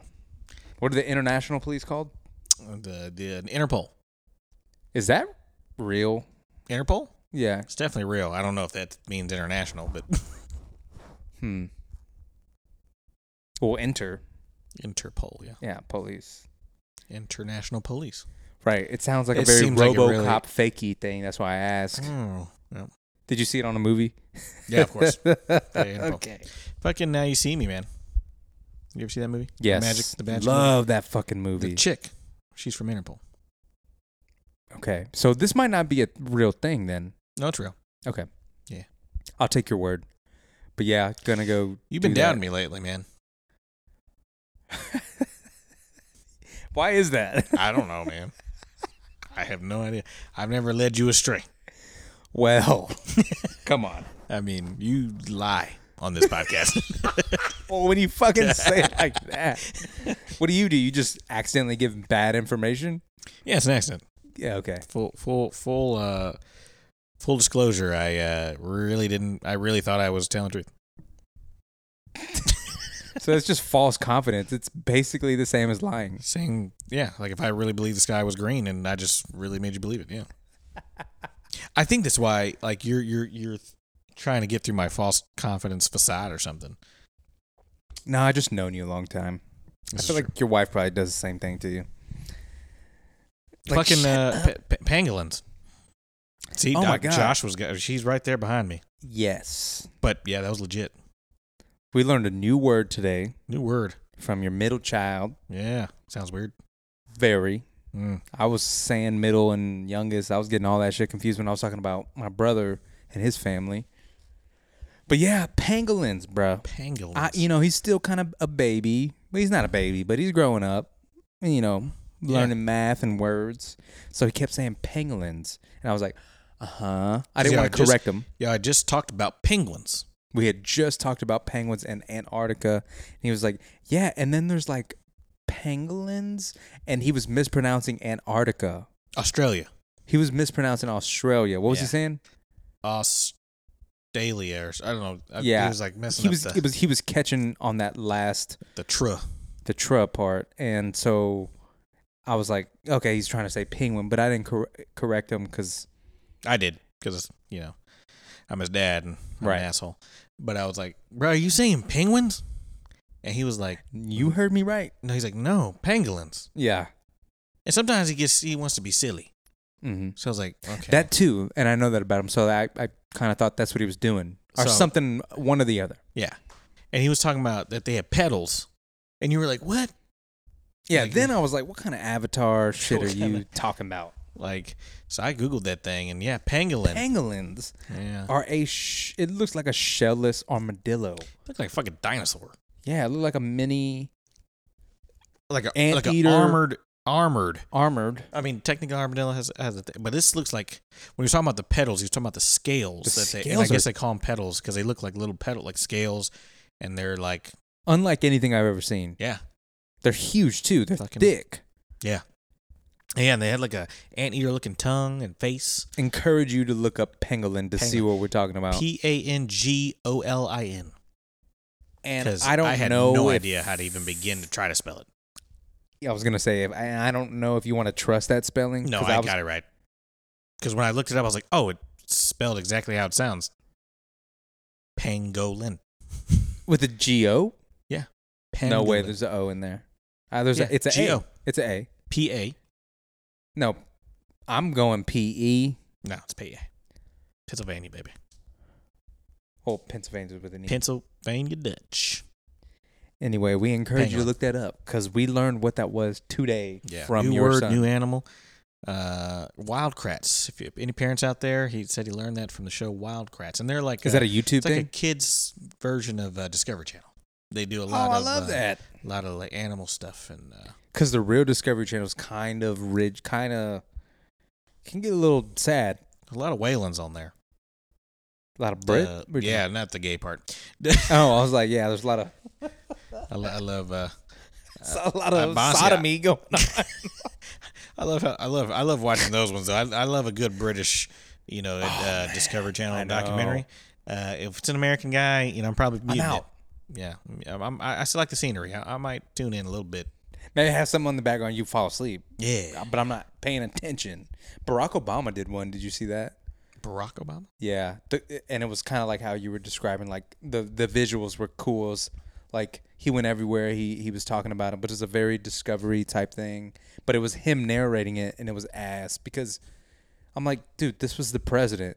[SPEAKER 3] what are the international police called?
[SPEAKER 4] the the Interpol.
[SPEAKER 3] Is that real?
[SPEAKER 4] Interpol?
[SPEAKER 3] Yeah.
[SPEAKER 4] It's definitely real. I don't know if that means international, but <laughs>
[SPEAKER 3] Hmm. Well, enter.
[SPEAKER 4] Interpol, yeah.
[SPEAKER 3] Yeah, police.
[SPEAKER 4] International police.
[SPEAKER 3] Right. It sounds like a
[SPEAKER 4] It
[SPEAKER 3] very
[SPEAKER 4] seems like it
[SPEAKER 3] RoboCop
[SPEAKER 4] really-
[SPEAKER 3] fakey thing. That's why I asked.
[SPEAKER 4] Oh. Yeah.
[SPEAKER 3] Did you see it on a movie?
[SPEAKER 4] yeah, of
[SPEAKER 3] <laughs>
[SPEAKER 4] course. Yeah, Interpol. Fucking Now You See Me, man. You ever see that movie?
[SPEAKER 3] Yes.
[SPEAKER 4] Magic, the Magic
[SPEAKER 3] Love that fucking
[SPEAKER 4] movie?
[SPEAKER 3] movie.
[SPEAKER 4] The chick. She's from Interpol.
[SPEAKER 3] okay. So this might not be a real thing then.
[SPEAKER 4] No, it's real.
[SPEAKER 3] Okay.
[SPEAKER 4] Yeah.
[SPEAKER 3] I'll take your word. But yeah, gonna go.
[SPEAKER 4] You've been
[SPEAKER 3] do
[SPEAKER 4] down to
[SPEAKER 3] that.
[SPEAKER 4] me lately, man.
[SPEAKER 3] Why is that?
[SPEAKER 4] I don't know, man. I have no idea. I've never led you astray.
[SPEAKER 3] <laughs>
[SPEAKER 4] <laughs>
[SPEAKER 3] well, come on.
[SPEAKER 4] I mean, you lie on this podcast. <laughs>
[SPEAKER 3] Well, when you fucking say it like that, what do you do? You just accidentally give bad information?
[SPEAKER 4] yeah, it's an accident.
[SPEAKER 3] Yeah, okay.
[SPEAKER 4] full full full uh full disclosure i uh really didn't i really thought i was telling the truth
[SPEAKER 3] So it's just false confidence. It's basically the same as lying.
[SPEAKER 4] saying yeah like if i really believed the sky was green and i just really made you believe it yeah i think that's why like you're you're you're trying to get through my false confidence facade or something
[SPEAKER 3] No, I just known you a long time. I
[SPEAKER 4] This
[SPEAKER 3] feel
[SPEAKER 4] is
[SPEAKER 3] like your wife probably does the same thing to you.
[SPEAKER 4] true. fucking uh pa- pa- pangolins see
[SPEAKER 3] Oh my
[SPEAKER 4] Doc-
[SPEAKER 3] God.
[SPEAKER 4] josh was go- she's right there behind me
[SPEAKER 3] Yes.
[SPEAKER 4] but yeah that was legit
[SPEAKER 3] We learned a new word today
[SPEAKER 4] new word
[SPEAKER 3] from your middle child.
[SPEAKER 4] yeah sounds weird
[SPEAKER 3] Very.
[SPEAKER 4] mm.
[SPEAKER 3] I was saying middle and youngest. I was getting all that shit confused when I was talking about my brother and his family. But yeah, pangolins, bruh.
[SPEAKER 4] pangolins
[SPEAKER 3] I, you know, he's still kind of a baby. Well, he's not a baby, but he's growing up. and, You know,
[SPEAKER 4] Yeah.
[SPEAKER 3] learning math and words. So he kept saying pangolins, and I was like, uh huh. I didn't
[SPEAKER 4] Yeah,
[SPEAKER 3] want to
[SPEAKER 4] just-
[SPEAKER 3] correct him.
[SPEAKER 4] yeah i just talked about penguins
[SPEAKER 3] We had just talked about penguins and Antarctica, and he was like, yeah. And then there's like pangolins, and he was mispronouncing Antarctica.
[SPEAKER 4] australia
[SPEAKER 3] He was mispronouncing Australia. What was he
[SPEAKER 4] Yeah.
[SPEAKER 3] saying?
[SPEAKER 4] Australia or s- I don't know. I-
[SPEAKER 3] Yeah.
[SPEAKER 4] Uh, he was like messing
[SPEAKER 3] He was,
[SPEAKER 4] up
[SPEAKER 3] it
[SPEAKER 4] the
[SPEAKER 3] was he was catching on that last
[SPEAKER 4] the tr.
[SPEAKER 3] the tra part, and so I was like, okay, he's trying to say penguin, but I didn't cor- correct him because
[SPEAKER 4] I did because you know I'm his dad and I'm
[SPEAKER 3] Right.
[SPEAKER 4] an asshole. But I was like, bro, are you saying penguins? And he was like,
[SPEAKER 3] you heard me right.
[SPEAKER 4] no, he's like, no, pangolins.
[SPEAKER 3] Yeah,
[SPEAKER 4] And sometimes he gets he wants to be silly.
[SPEAKER 3] hmm
[SPEAKER 4] So I was like, okay,
[SPEAKER 3] that too, and I know that about him, so I I kind of thought that's what he was doing or
[SPEAKER 4] So-
[SPEAKER 3] something, one or the other.
[SPEAKER 4] yeah. and he was talking about that they had pedals, and you were like, "What?"
[SPEAKER 3] Yeah,
[SPEAKER 4] Like-
[SPEAKER 3] then I was like, what kind of avatar shit are
[SPEAKER 4] What
[SPEAKER 3] you
[SPEAKER 4] kinda-
[SPEAKER 3] talking about?
[SPEAKER 4] Like, so I googled that thing, and yeah, pangolin.
[SPEAKER 3] Pangolins
[SPEAKER 4] yeah,
[SPEAKER 3] are a. Sh- it looks like a shellless armadillo.
[SPEAKER 4] looked like a fucking dinosaur,
[SPEAKER 3] Yeah, it looked like a mini
[SPEAKER 4] like a like an
[SPEAKER 3] Anteater.
[SPEAKER 4] armored armored.
[SPEAKER 3] armored.
[SPEAKER 4] I mean, technically, armadillo has has a thing, but this looks like when you're talking about the pedals, you're talking about the scales.
[SPEAKER 3] The
[SPEAKER 4] that they, and I
[SPEAKER 3] scales
[SPEAKER 4] guess
[SPEAKER 3] are-
[SPEAKER 4] they call them pedals because they look like little pedal, like scales, and they're like,
[SPEAKER 3] Unlike anything I've ever seen.
[SPEAKER 4] yeah,
[SPEAKER 3] They're huge too. They're
[SPEAKER 4] Fucking-
[SPEAKER 3] thick.
[SPEAKER 4] yeah, and they had like a anteater looking tongue and face.
[SPEAKER 3] Encourage you to look up pangolin to see
[SPEAKER 4] Pangolin.
[SPEAKER 3] what we're talking about.
[SPEAKER 4] P a n g o l i n.
[SPEAKER 3] and
[SPEAKER 4] Because
[SPEAKER 3] I don't
[SPEAKER 4] I had
[SPEAKER 3] know
[SPEAKER 4] no
[SPEAKER 3] if-
[SPEAKER 4] idea how to even begin to try to spell it.
[SPEAKER 3] Yeah, I was gonna say, if, I, I don't know if you want to trust that spelling.
[SPEAKER 4] No,
[SPEAKER 3] 'cause
[SPEAKER 4] Mm, I,
[SPEAKER 3] was-
[SPEAKER 4] got it right. Because when I looked it up, I was like, oh, it's spelled exactly how it sounds. Pangolin.
[SPEAKER 3] with a G O.
[SPEAKER 4] Pangolin.
[SPEAKER 3] No way, there's an O in there. Uh, there's
[SPEAKER 4] Yeah,
[SPEAKER 3] a, it's a
[SPEAKER 4] G-O.
[SPEAKER 3] A. It's a A.
[SPEAKER 4] P A.
[SPEAKER 3] No, I'm going P E.
[SPEAKER 4] No, it's P A. Pennsylvania, baby.
[SPEAKER 3] Oh, Pennsylvania's with an E.
[SPEAKER 4] Pennsylvania Dutch.
[SPEAKER 3] anyway, we encourage you to
[SPEAKER 4] Pangolin.
[SPEAKER 3] look that up because we learned what that was today from
[SPEAKER 4] new
[SPEAKER 3] your
[SPEAKER 4] word,
[SPEAKER 3] son.
[SPEAKER 4] new animal. Uh, wildcrats. If you, any parents out there, he said he learned that from the show Wildcrats, and they're like
[SPEAKER 3] Is
[SPEAKER 4] a,
[SPEAKER 3] that a YouTube
[SPEAKER 4] it's like a
[SPEAKER 3] thing?
[SPEAKER 4] kids version of uh, Discovery Channel. They do a
[SPEAKER 3] oh,
[SPEAKER 4] lot.
[SPEAKER 3] I
[SPEAKER 4] of,
[SPEAKER 3] love
[SPEAKER 4] uh,
[SPEAKER 3] that.
[SPEAKER 4] A lot of like animal stuff and uh,
[SPEAKER 3] Because the real Discovery Channel's kind of ridge, kind of can get a little sad.
[SPEAKER 4] a lot of Whalens on there.
[SPEAKER 3] A lot of Brit.
[SPEAKER 4] Uh,
[SPEAKER 3] Brit-
[SPEAKER 4] yeah, not the gay part. <laughs>
[SPEAKER 3] <laughs> Oh, I was like, yeah, there's a lot of
[SPEAKER 4] I, lo- I love. Uh,
[SPEAKER 3] <laughs> a lot
[SPEAKER 4] uh,
[SPEAKER 3] of
[SPEAKER 4] Bosnia.
[SPEAKER 3] sodomy going on.
[SPEAKER 4] I love. How, I love. I love watching those ones. Though. I, I love a good British, you know, uh, Discovery
[SPEAKER 3] I
[SPEAKER 4] Channel
[SPEAKER 3] know.
[SPEAKER 4] documentary. Uh, if it's an American guy, you know, I'm probably muting it.
[SPEAKER 3] out.
[SPEAKER 4] Yeah, I'm, I'm, I I still like the scenery. I, I might tune in a little bit. Uh,
[SPEAKER 3] Maybe have someone in the background, you fall asleep,
[SPEAKER 4] Yeah,
[SPEAKER 3] but I'm not paying attention. Barack Obama did one. Did you see that?
[SPEAKER 4] Barack Obama.
[SPEAKER 3] Yeah, the, and it was kind of like how you were describing. Like the the visuals were cool. It's Like he went everywhere. He he was talking about it, but it's a very discovery type thing. But it was him narrating it, and it was ass because I'm like, dude, this was the president.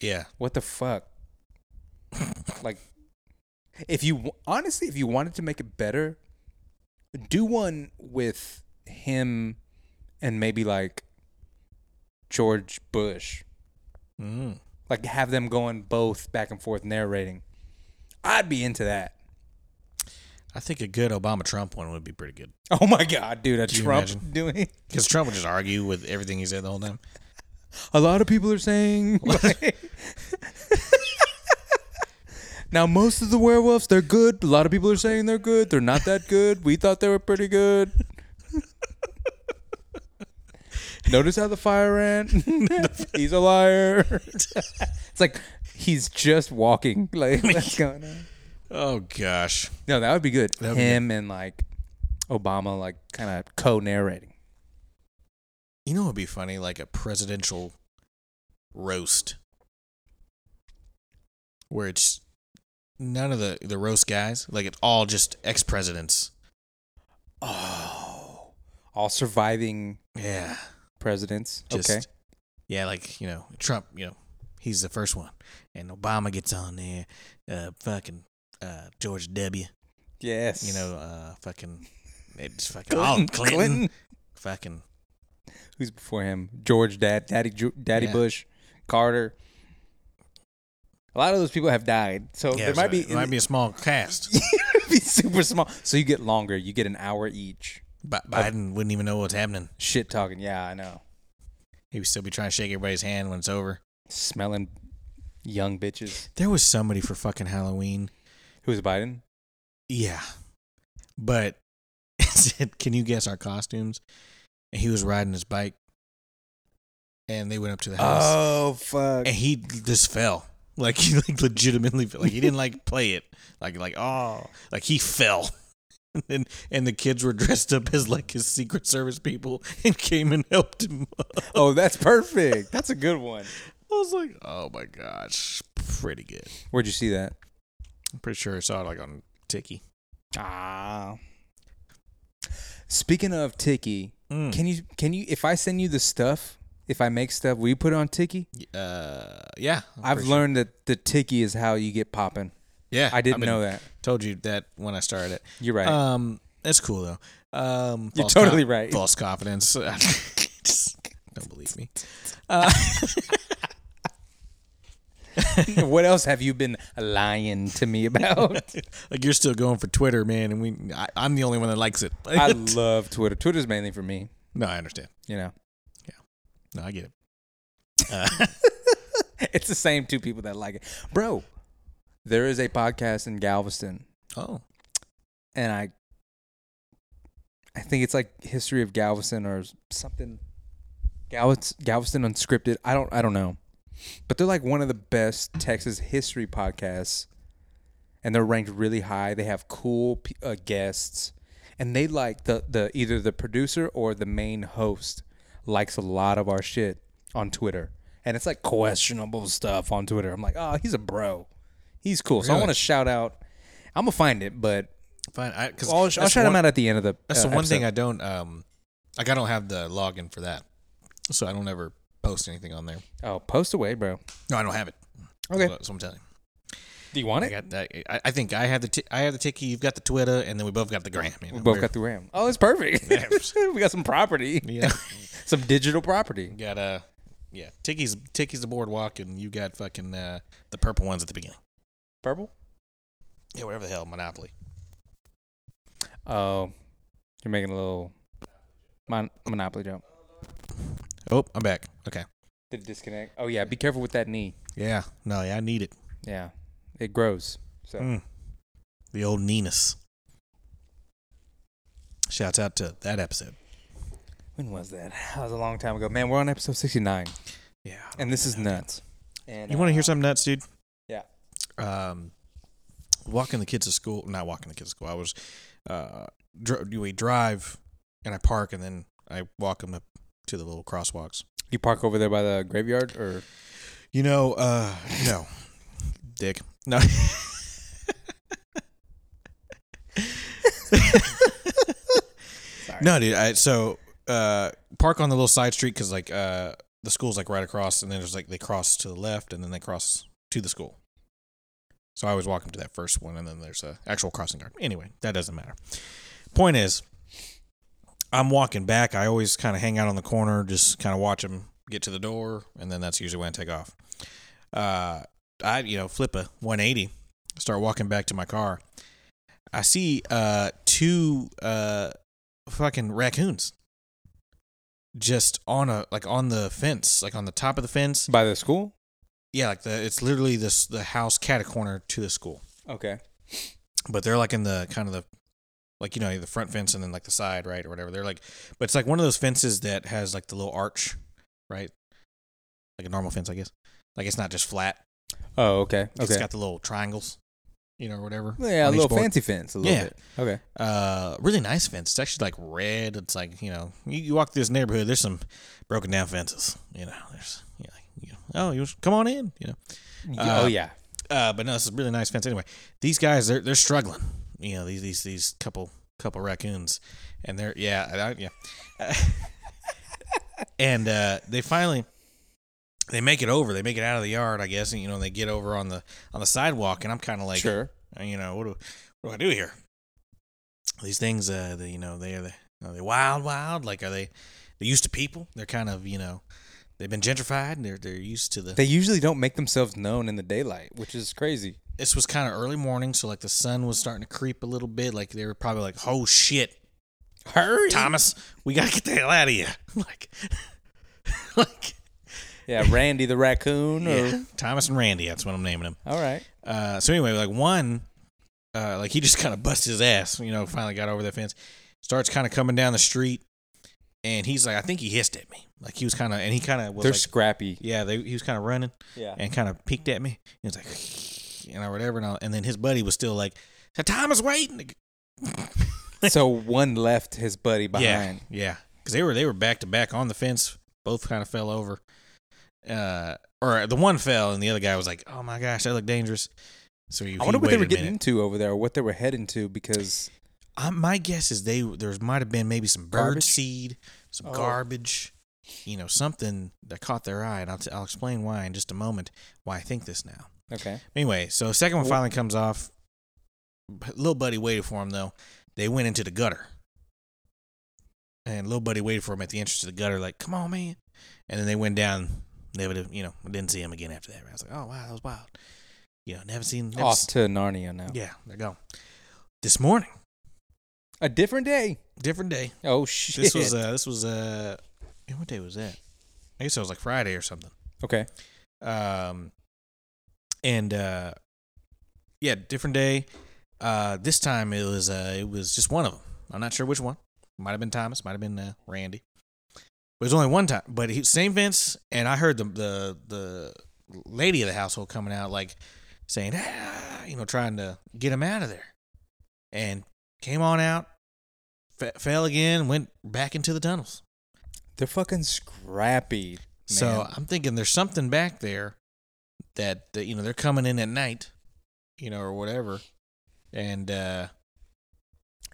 [SPEAKER 4] Yeah,
[SPEAKER 3] What the fuck? <laughs> like, if you w- honestly, if you wanted to make it better, do one with him and maybe like George Bush.
[SPEAKER 4] mm.
[SPEAKER 3] Like, have them going both back and forth narrating. I'd be into that.
[SPEAKER 4] I think a good Obama Trump one would be pretty good
[SPEAKER 3] Oh my God, dude, a
[SPEAKER 4] you
[SPEAKER 3] Trump
[SPEAKER 4] imagine?
[SPEAKER 3] <laughs> doing.
[SPEAKER 4] because Trump would just argue with everything he said the whole time.
[SPEAKER 3] A lot of people are <laughs> saying. now, most of the werewolves, they're good. A lot of people are saying they're good. They're not that good. We thought they were pretty good. Notice how the fire <laughs> ran. he's a liar. it's like he's just walking. <laughs> Like what's going on?
[SPEAKER 4] Oh gosh,
[SPEAKER 3] No, that would be good.
[SPEAKER 4] That would be
[SPEAKER 3] Him and like Obama, like kind of co-narrating.
[SPEAKER 4] you know what would be funny? Like a presidential roast where it's none of the the roast guys. Like it's all just ex presidents.
[SPEAKER 3] Oh, all surviving
[SPEAKER 4] Yeah.
[SPEAKER 3] presidents.
[SPEAKER 4] Just,
[SPEAKER 3] okay.
[SPEAKER 4] Yeah, like, you know, Trump, you know, he's the first one. And Obama gets on there. Uh, fucking uh, George W.
[SPEAKER 3] Yes.
[SPEAKER 4] You
[SPEAKER 3] <laughs>
[SPEAKER 4] know, uh, fucking. It's fucking. all Clinton. Fucking.
[SPEAKER 3] Who's before him? George, Dad, Daddy, Ju- Daddy
[SPEAKER 4] Yeah.
[SPEAKER 3] Bush, Carter. A lot of those people have died, so
[SPEAKER 4] Yeah,
[SPEAKER 3] Oh, there
[SPEAKER 4] so
[SPEAKER 3] might be
[SPEAKER 4] It
[SPEAKER 3] <laughs>
[SPEAKER 4] might be a small cast.
[SPEAKER 3] be super small. So you get longer. You get an hour each.
[SPEAKER 4] Bi- Biden wouldn't even know what's happening.
[SPEAKER 3] Shit talking. Yeah, I know.
[SPEAKER 4] He would still be trying to shake everybody's hand when it's over.
[SPEAKER 3] Smelling young bitches.
[SPEAKER 4] There was somebody for fucking Halloween.
[SPEAKER 3] Who's
[SPEAKER 4] <laughs>
[SPEAKER 3] Biden?
[SPEAKER 4] Yeah. But <laughs> it said, can you guess our costumes? And he was riding his bike. And they went up to the house.
[SPEAKER 3] Oh fuck.
[SPEAKER 4] and he just fell. Like <laughs> he like legitimately fell. Like he didn't like play it. Like like oh like he fell. <laughs> And then, and the kids were dressed up as like his Secret Service people and came and helped him. <laughs> up.
[SPEAKER 3] Oh, that's perfect. That's a good one.
[SPEAKER 4] I was like, oh my gosh, pretty good.
[SPEAKER 3] Where'd you see that?
[SPEAKER 4] I'm pretty sure I saw it like on Tiki.
[SPEAKER 3] Ah. Speaking of Tiki,
[SPEAKER 4] Mm.
[SPEAKER 3] can you can you if I send you the stuff, if I make stuff, will you put it on Tiki?
[SPEAKER 4] Uh, yeah, I'm
[SPEAKER 3] I've
[SPEAKER 4] pretty sure. <laughs>
[SPEAKER 3] learned that the Tiki is how you get popping.
[SPEAKER 4] Yeah,
[SPEAKER 3] I didn't
[SPEAKER 4] I've been-
[SPEAKER 3] know that.
[SPEAKER 4] Told you that when I started it.
[SPEAKER 3] You're right.
[SPEAKER 4] Um, that's cool though. Um,
[SPEAKER 3] You're
[SPEAKER 4] false
[SPEAKER 3] totally right.
[SPEAKER 4] False confidence. <laughs> Don't believe
[SPEAKER 3] <laughs>
[SPEAKER 4] me. Uh,
[SPEAKER 3] <laughs> what else have you been lying to
[SPEAKER 4] <laughs>
[SPEAKER 3] me about?
[SPEAKER 4] Like you're still going for Twitter, man, and we. I, I'm the only one that likes it.
[SPEAKER 3] I love Twitter. Twitter's mainly for me.
[SPEAKER 4] <laughs> no, I understand.
[SPEAKER 3] You know, <laughs>
[SPEAKER 4] No, I get it.
[SPEAKER 3] it's the same two people that like it, bro. There is a podcast in Galveston,
[SPEAKER 4] Oh,
[SPEAKER 3] and I, I think it's like history of Galveston or something. Galveston, Galveston unscripted. I don't. I don't know, but they're like one of the best Texas history podcasts, and they're ranked really high. They have cool p- uh, guests, and they like the the either the producer or the main host likes a lot of our shit on Twitter, and it's like questionable stuff on Twitter. I'm like, oh, he's a bro, he's cool. So I
[SPEAKER 4] Really?
[SPEAKER 3] want to shout out. I'm gonna find it, but
[SPEAKER 4] fine. I, cause
[SPEAKER 3] I'll, I'll
[SPEAKER 4] that's
[SPEAKER 3] shout
[SPEAKER 4] one-
[SPEAKER 3] him out at the end of the.
[SPEAKER 4] That's the
[SPEAKER 3] uh,
[SPEAKER 4] one
[SPEAKER 3] episode.
[SPEAKER 4] thing I don't. Um, like I don't have the login for that, so I don't ever post anything on there.
[SPEAKER 3] oh, post away, bro.
[SPEAKER 4] No, I don't have it.
[SPEAKER 3] Okay.
[SPEAKER 4] That's what I'm telling you.
[SPEAKER 3] Do you want
[SPEAKER 4] I
[SPEAKER 3] it?
[SPEAKER 4] got that. I, I think I have the. T- I have the ticky. You've got the Twitter, and then we both got the gram. You know,
[SPEAKER 3] We both got the RAM. Oh, it's perfect. <laughs> we got some property,
[SPEAKER 4] <laughs> Yeah.
[SPEAKER 3] some digital property.
[SPEAKER 4] got uh yeah ticky's ticky's the boardwalk and you got fucking uh the purple ones at the beginning
[SPEAKER 3] Purple.
[SPEAKER 4] yeah whatever the hell monopoly
[SPEAKER 3] Oh, you're making a little mon- monopoly jump.
[SPEAKER 4] oh i'm back okay
[SPEAKER 3] Did it disconnect? Oh yeah, be careful with that knee.
[SPEAKER 4] yeah no yeah i need it
[SPEAKER 3] Yeah, it grows. So
[SPEAKER 4] Mm. the old ninas shouts out to that episode
[SPEAKER 3] when was that? <laughs> That was a long time ago, man. We're on episode 69,
[SPEAKER 4] yeah
[SPEAKER 3] and this is nuts. And
[SPEAKER 4] you want to hear something nuts dude
[SPEAKER 3] Yeah.
[SPEAKER 4] um walking the kids to school not walking the kids to school i was uh dr- we drive and i park and then i walk them up to the little crosswalks
[SPEAKER 3] You park over there by the graveyard, or
[SPEAKER 4] You know, uh, no, dick. No. <laughs> no, dude. I, so uh, park on the little side street because like uh, the school's like right across, and then there's like they cross to the left, and then they cross to the school. So I always walk them to that first one, and then there's a actual crossing guard. Anyway, that doesn't matter. Point is, I'm walking back. I always kind of hang out on the corner, just kind of watch them get to the door, and then that's usually when I take off. Uh, I you know flip a 180, start walking back to my car. I see uh two uh fucking raccoons just on a like on the fence, like on the top of the fence.
[SPEAKER 3] by the school?
[SPEAKER 4] Yeah, like the it's literally this the house cat corner to the school
[SPEAKER 3] Okay.
[SPEAKER 4] but they're like in the kind of the like you know the front fence and then like the side right or whatever they're like but it's like one of those fences that has like the little arch right like a normal fence i guess like it's not just flat
[SPEAKER 3] Oh, okay.
[SPEAKER 4] it's
[SPEAKER 3] Okay.
[SPEAKER 4] got the little triangles you know or whatever
[SPEAKER 3] yeah,
[SPEAKER 4] on
[SPEAKER 3] a
[SPEAKER 4] each
[SPEAKER 3] little
[SPEAKER 4] board.
[SPEAKER 3] fancy fence, a little
[SPEAKER 4] Yeah.
[SPEAKER 3] bit. Okay.
[SPEAKER 4] uh really nice fence it's actually like red it's like you know you, you walk through this neighborhood there's some broken down fences you know there's you know, like, you know, oh you come on in you know Uh,
[SPEAKER 3] oh yeah.
[SPEAKER 4] Uh, but no, this is a really nice fence. Anyway, these guys they're they're struggling. You know these these these couple couple raccoons, and they're yeah I- I, yeah, <laughs> and uh, they finally they make it over. They make it out of the yard, I guess. And you know they get over on the on the sidewalk, and I'm kind of like uh,
[SPEAKER 3] sure.
[SPEAKER 4] you know what do what do I do here? These things uh they, you know they are they are they wild wild like are they they used to people? They're kind of you know they've been gentrified. and They're they're used to the
[SPEAKER 3] They usually don't make themselves known in the daylight, which is crazy.
[SPEAKER 4] this was kind of early morning, so like the sun was starting to creep a little bit. Like they were probably like, "Oh shit,
[SPEAKER 3] Hurry.
[SPEAKER 4] Thomas, we gotta get the hell out of here!" <laughs> like, like
[SPEAKER 3] Yeah, Randy the raccoon.
[SPEAKER 4] yeah.
[SPEAKER 3] Or,
[SPEAKER 4] Thomas and Randy. That's what I'm naming them.
[SPEAKER 3] all right.
[SPEAKER 4] Uh, so anyway, like one, uh, like he just kind of busted his ass. You know, finally got over that fence. Starts kind of coming down the street, and he's like, I think he hissed at me. Like he was kind of, and he kind of was
[SPEAKER 3] They're
[SPEAKER 4] like,
[SPEAKER 3] scrappy.
[SPEAKER 4] yeah, they, he was kind of running.
[SPEAKER 3] Yeah.
[SPEAKER 4] and kind of peeked at me. He was like, <sighs> you know, whatever. And, I, and then his buddy was still like, the time is waiting.
[SPEAKER 3] <laughs> so one left his buddy behind.
[SPEAKER 4] Yeah, yeah, because they were they were back to back on the fence. Both kind of fell over. Uh, or the one fell, and the other guy was like, "Oh my gosh, that looked dangerous." So he,
[SPEAKER 3] I wonder
[SPEAKER 4] he
[SPEAKER 3] what they
[SPEAKER 4] waited
[SPEAKER 3] were
[SPEAKER 4] a
[SPEAKER 3] getting
[SPEAKER 4] minute.
[SPEAKER 3] into over there, or what they were heading to, because
[SPEAKER 4] Uh, my guess is they there might have been maybe some bird
[SPEAKER 3] Garbage?
[SPEAKER 4] seed, some
[SPEAKER 3] Oh.
[SPEAKER 4] garbage, you know, something that caught their eye, and I'll, t- I'll explain why in just a moment. Why I think this now.
[SPEAKER 3] Okay.
[SPEAKER 4] Anyway, so the second one finally comes off. Little buddy waited for him though. They went into the gutter, and little buddy waited for him at the entrance to the gutter. Like, come on, man! And then they went down. Never, to- you know, didn't see him again after that. I was like, oh wow, that was wild. You know, never seen. Never
[SPEAKER 3] Off
[SPEAKER 4] s-
[SPEAKER 3] to Narnia now.
[SPEAKER 4] yeah, there go. This morning,
[SPEAKER 3] A different day.
[SPEAKER 4] different day.
[SPEAKER 3] Oh <laughs> shit.
[SPEAKER 4] This was uh, this was uh, man, what day was that? I guess it was like Friday or something.
[SPEAKER 3] okay.
[SPEAKER 4] um and uh yeah different day uh this time it was uh it was just one of them i'm not sure which one might have been thomas might have been uh, randy but it was only one time but he, same fence and i heard the the the lady of the household coming out like saying ah, you know trying to get him out of there and came on out fe- fell again went back into the tunnels
[SPEAKER 3] They're fucking scrappy. Man.
[SPEAKER 4] so I'm thinking there's something back there that, that you know they're coming in at night, you know, or whatever, and uh,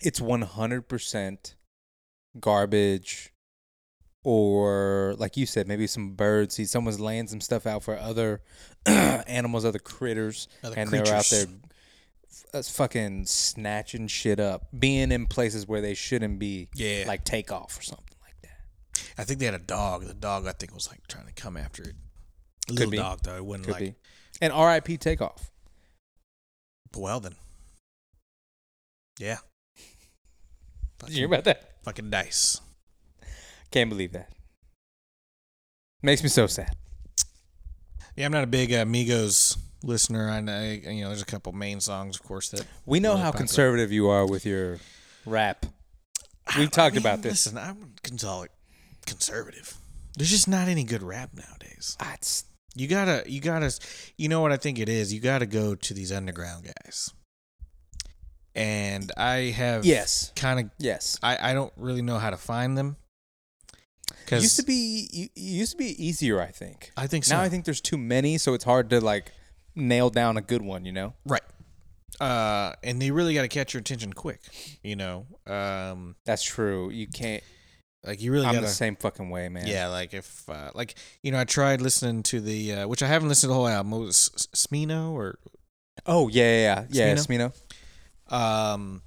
[SPEAKER 3] it's 100% garbage or like you said maybe some birds see someone's laying some stuff out for other <clears throat> animals other critters
[SPEAKER 4] Other
[SPEAKER 3] and they're out there
[SPEAKER 4] creatures.
[SPEAKER 3] f- uh, fucking snatching shit up being in places where they shouldn't be
[SPEAKER 4] Yeah.
[SPEAKER 3] like take off or something like that
[SPEAKER 4] I think they had a dog. The dog I think was like trying to come after it. A little
[SPEAKER 3] be.
[SPEAKER 4] dog though, it wasn't
[SPEAKER 3] could
[SPEAKER 4] like
[SPEAKER 3] be and rip takeoff
[SPEAKER 4] well then, yeah.
[SPEAKER 3] did you hear about that
[SPEAKER 4] Fucking dice.
[SPEAKER 3] can't believe that makes me so sad
[SPEAKER 4] Yeah, I'm not a big uh, Migos listener. I, know you know there's a couple main songs, of course, that
[SPEAKER 3] we know
[SPEAKER 4] Really
[SPEAKER 3] how
[SPEAKER 4] popular.
[SPEAKER 3] conservative you are with your rap we've talked about this
[SPEAKER 4] Listen, I'm consol- conservative. There's just not any good rap nowadays.
[SPEAKER 3] Ah, it's-
[SPEAKER 4] You gotta, you gotta, you know what I think it is. You gotta go to these underground guys. And I have
[SPEAKER 3] Yes.
[SPEAKER 4] kind of.
[SPEAKER 3] yes
[SPEAKER 4] I I don't really know how to find them.
[SPEAKER 3] It
[SPEAKER 4] Because
[SPEAKER 3] used to be u- it used to be easier, I think.
[SPEAKER 4] I think so.
[SPEAKER 3] Now I think there's too many, so it's hard to like nail down a good one. You know,
[SPEAKER 4] right. Uh, and they really gotta catch your attention quick. You know, um,
[SPEAKER 3] that's true. You can't.
[SPEAKER 4] like you really
[SPEAKER 3] I'm
[SPEAKER 4] gotta.
[SPEAKER 3] the same fucking way, man.
[SPEAKER 4] Yeah, like if uh, like you know, I tried listening to the uh, which I haven't listened to the whole album. It was S- Smino or
[SPEAKER 3] Oh yeah, yeah, yeah. yeah Smino.
[SPEAKER 4] um,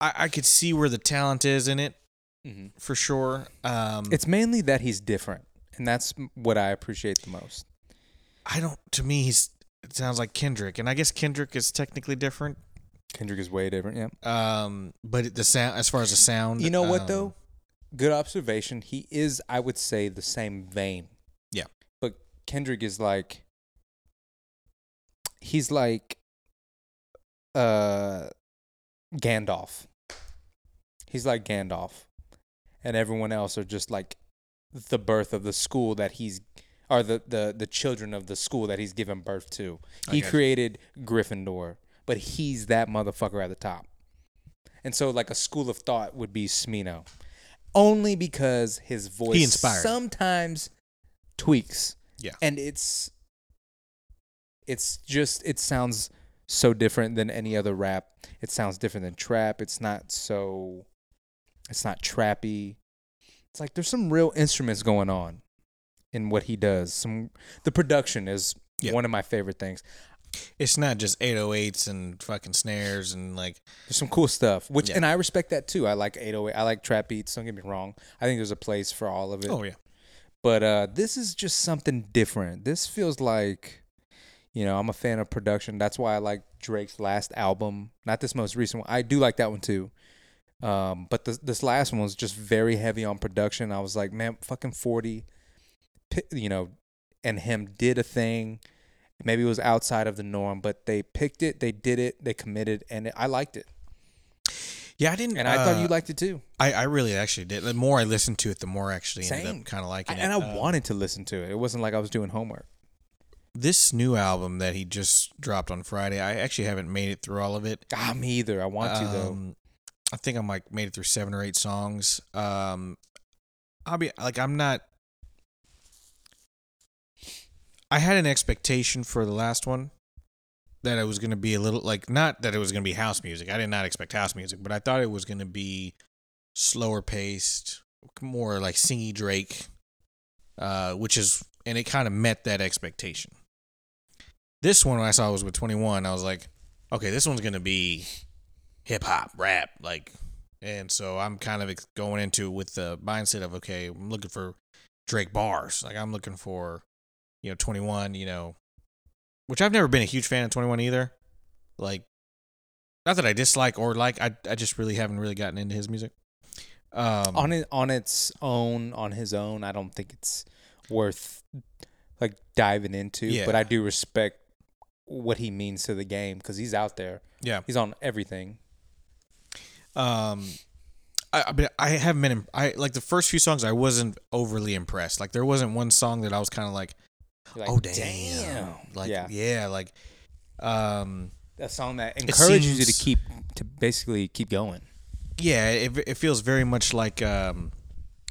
[SPEAKER 4] I I could see where the talent is in it.
[SPEAKER 3] Mhm.
[SPEAKER 4] for sure. Um,
[SPEAKER 3] It's mainly that he's different, and that's m- what I appreciate the most.
[SPEAKER 4] I don't. To me, he's it sounds like Kendrick, and I guess Kendrick is technically different.
[SPEAKER 3] Kendrick is way different. Yeah.
[SPEAKER 4] Um, but it- the sound, as far as the sound,
[SPEAKER 3] You know what
[SPEAKER 4] um,
[SPEAKER 3] though? Good observation. He is, I would say, the same vein.
[SPEAKER 4] Yeah.
[SPEAKER 3] But Kendrick is like he's like uh Gandalf. He's like Gandalf. And everyone else are just like the birth of the school that he's or the the, the children of the school that he's given birth to.
[SPEAKER 4] I
[SPEAKER 3] He
[SPEAKER 4] got you.
[SPEAKER 3] created Gryffindor, but he's that motherfucker at the top. And so like a school of thought would be Smino. Only because his voice
[SPEAKER 4] inspired.
[SPEAKER 3] sometimes tweaks.
[SPEAKER 4] Yeah.
[SPEAKER 3] And it's it's just it sounds so different than any other rap. It sounds different than trap. It's not so it's not trappy. It's like there's some real instruments going on in what he does. Some the production is
[SPEAKER 4] Yeah.
[SPEAKER 3] one of my favorite things.
[SPEAKER 4] it's not just 808s and fucking snares and like
[SPEAKER 3] There's some cool stuff, which
[SPEAKER 4] Yeah.
[SPEAKER 3] and I respect that too. I like 808. I like trap beats. Don't get me wrong. I think there's a place for all of it.
[SPEAKER 4] oh yeah,
[SPEAKER 3] But uh, this is just something different. This feels like, you know, I'm a fan of production. That's why I like Drake's last album, not this most recent one. I do like that one too. Um, but this this last one was just very heavy on production. I was like, man, fucking forty, pi- you know, and him did a thing. Maybe it was outside of the norm, but they picked it, they did it, they committed, and I liked it.
[SPEAKER 4] yeah. I didn't. uh,
[SPEAKER 3] And I thought you
[SPEAKER 4] like.
[SPEAKER 3] liked it too.
[SPEAKER 4] I I really actually did. The more I listened to it, the more I actually ended
[SPEAKER 3] Same.
[SPEAKER 4] up kind of liking it.
[SPEAKER 3] and I
[SPEAKER 4] Uh,
[SPEAKER 3] wanted to listen to it. It wasn't like I was doing homework.
[SPEAKER 4] this new album that he just dropped on Friday. I actually haven't made it through all of it.
[SPEAKER 3] Ah, me either. I want to though.
[SPEAKER 4] Um, I think I'm like made it through seven or eight songs. Um, I'll be like, I'm not. I had an expectation for the last one that it was going to be a little like not that it was going to be house music. I did not expect house music, but I thought it was going to be slower paced, more like singy Drake, uh, which is and it kind of met that expectation. This one I saw was with 21. I was like, okay, this one's gonna be hip hop, rap, like, and so I'm kind of ex- going into it with the mindset of okay, I'm looking for Drake bars, like I'm looking for, you know, 21, you know, which I've never been a huge fan of 21 either, like, not that I dislike or like, I I just really haven't really gotten into his music. Um,
[SPEAKER 3] on it on its own on his own i don't think it's worth like diving into but
[SPEAKER 4] Yeah.
[SPEAKER 3] i do respect what he means to the game because he's out there
[SPEAKER 4] yeah,
[SPEAKER 3] he's on everything
[SPEAKER 4] um I, I mean, I haven't been. im- I like the first few songs. I wasn't overly impressed. Like there wasn't one song that I was kind of like,
[SPEAKER 3] You're like,
[SPEAKER 4] "Oh damn!" Like yeah,
[SPEAKER 3] yeah.
[SPEAKER 4] like um,
[SPEAKER 3] a song that encourages you to
[SPEAKER 4] seems- keep-
[SPEAKER 3] keep to basically keep going
[SPEAKER 4] yeah. It, it feels very much like um,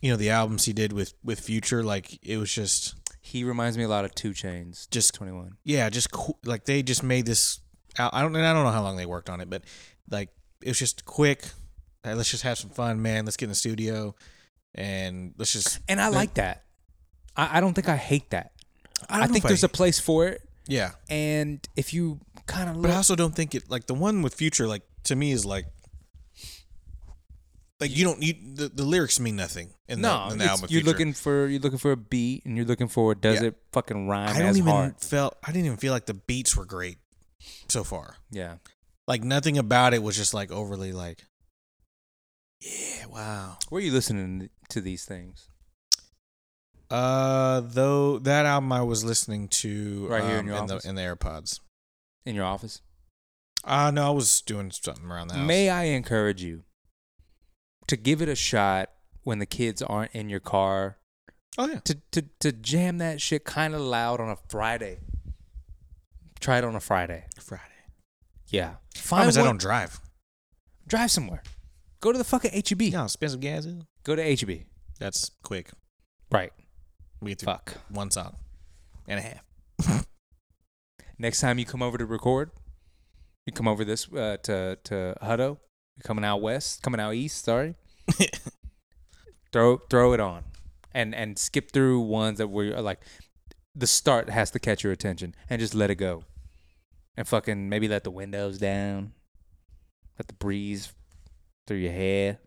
[SPEAKER 4] you know, the albums he did with with Future. Like it was just
[SPEAKER 3] he reminds me a lot of two chains
[SPEAKER 4] Just-
[SPEAKER 3] 21
[SPEAKER 4] yeah, just qu- like they just made this. al- I don't. And I don't know how long they worked on it, but like it was just quick. Hey, let's just have some fun, man. Let's get in the studio and let's just.
[SPEAKER 3] and i like that I, I don't think i hate that
[SPEAKER 4] don't
[SPEAKER 3] i,
[SPEAKER 4] know
[SPEAKER 3] think
[SPEAKER 4] if I-
[SPEAKER 3] there's a place for it
[SPEAKER 4] Yeah.
[SPEAKER 3] and if you kind of
[SPEAKER 4] But
[SPEAKER 3] look
[SPEAKER 4] I also don't think it like the one with Future like to me is like like you don't you the, the lyrics mean nothing in the,
[SPEAKER 3] no
[SPEAKER 4] in the
[SPEAKER 3] it's-
[SPEAKER 4] album. with
[SPEAKER 3] you're
[SPEAKER 4] Future.
[SPEAKER 3] looking for you're looking for a beat and you're looking for does
[SPEAKER 4] Yeah.
[SPEAKER 3] it fucking rhyme
[SPEAKER 4] I don't
[SPEAKER 3] as
[SPEAKER 4] even
[SPEAKER 3] hard
[SPEAKER 4] felt I didn't even feel like the beats were great so far.
[SPEAKER 3] Yeah.
[SPEAKER 4] Like nothing about it was just like overly like yeah wow.
[SPEAKER 3] Where are you listening to these things?
[SPEAKER 4] Uh, though that album I was listening to
[SPEAKER 3] Right here in
[SPEAKER 4] um,
[SPEAKER 3] your
[SPEAKER 4] in the
[SPEAKER 3] office?
[SPEAKER 4] in the AirPods.
[SPEAKER 3] In your office?
[SPEAKER 4] Uh no, I was doing something around the house.
[SPEAKER 3] May I encourage you to give it a shot when the kids aren't in your car
[SPEAKER 4] oh yeah,
[SPEAKER 3] to to, to jam that shit kind of loud on a Friday. Try it on a Friday.
[SPEAKER 4] Friday.
[SPEAKER 3] Yeah. Find
[SPEAKER 4] Problem is I
[SPEAKER 3] one-
[SPEAKER 4] don't drive.
[SPEAKER 3] drive somewhere. Go to the fucking HEB.
[SPEAKER 4] Yeah, spend some gas. in.
[SPEAKER 3] Go to HEB.
[SPEAKER 4] That's quick.
[SPEAKER 3] Right.
[SPEAKER 4] We get through
[SPEAKER 3] Fuck.
[SPEAKER 4] one song and a half.
[SPEAKER 3] Next time you come over to record, you come over this uh, to to Hutto. You're coming out west, coming out east. Sorry. throw throw it on, and and skip through ones that were like the start has to catch your attention, and just let it go, and fucking maybe let the windows down, let the breeze through your hair,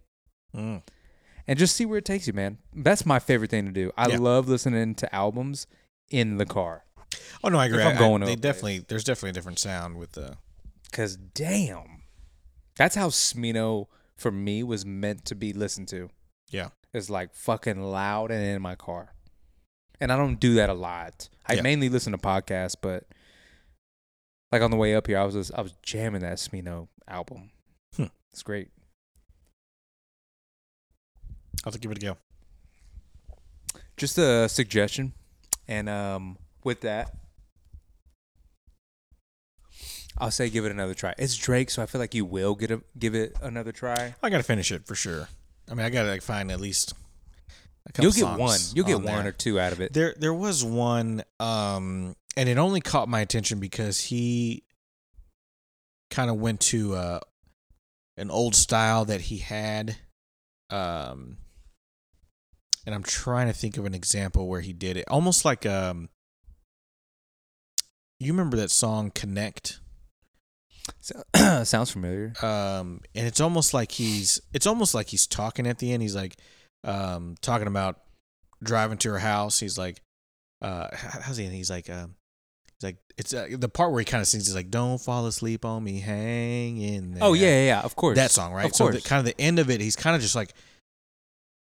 [SPEAKER 4] Mm.
[SPEAKER 3] and just see where it takes you, man. That's my favorite thing to do. I
[SPEAKER 4] Yeah.
[SPEAKER 3] love listening to albums in the car,
[SPEAKER 4] Oh no, I agree.
[SPEAKER 3] If I'm
[SPEAKER 4] I-
[SPEAKER 3] going
[SPEAKER 4] I,
[SPEAKER 3] to
[SPEAKER 4] they
[SPEAKER 3] a place.
[SPEAKER 4] definitely there's definitely a different sound with the
[SPEAKER 3] Cause damn, that's how Smino for me was meant to be listened to.
[SPEAKER 4] yeah.
[SPEAKER 3] It's like fucking loud and in my car, and I don't do that a lot. I
[SPEAKER 4] Yeah.
[SPEAKER 3] mainly listen to podcasts, but like on the way up here, I was just, I was jamming that Smino album.
[SPEAKER 4] Hmm.
[SPEAKER 3] It's great.
[SPEAKER 4] I'll have to give it a go.
[SPEAKER 3] Just a suggestion, and um, with that, I'll say give it another try. It's Drake, so I feel like you will get a, give it another try.
[SPEAKER 4] I gotta finish it for sure. I mean, I gotta like, find at least. A couple
[SPEAKER 3] You'll get
[SPEAKER 4] songs
[SPEAKER 3] one. You'll get
[SPEAKER 4] on
[SPEAKER 3] one
[SPEAKER 4] there.
[SPEAKER 3] or two out of it.
[SPEAKER 4] There, there was one, um, and it only caught my attention because he kind of went to uh, an old style that he had, um, and I'm trying to think of an example where he did it, almost like um, you remember that song "Connect,"
[SPEAKER 3] So- <clears throat> sounds familiar.
[SPEAKER 4] um, and it's almost like he's, it's almost like he's talking at the end. He's like, um, talking about driving to her house. He's like, uh, h- how's he? He's like, um, he's like, it's uh, the part where he kind of sings. He's like, "Don't fall asleep on me, hang in there."
[SPEAKER 3] Oh yeah, yeah, yeah, of course.
[SPEAKER 4] that song, right?
[SPEAKER 3] Of course.
[SPEAKER 4] So the, kind of the end of it, he's kind of just like,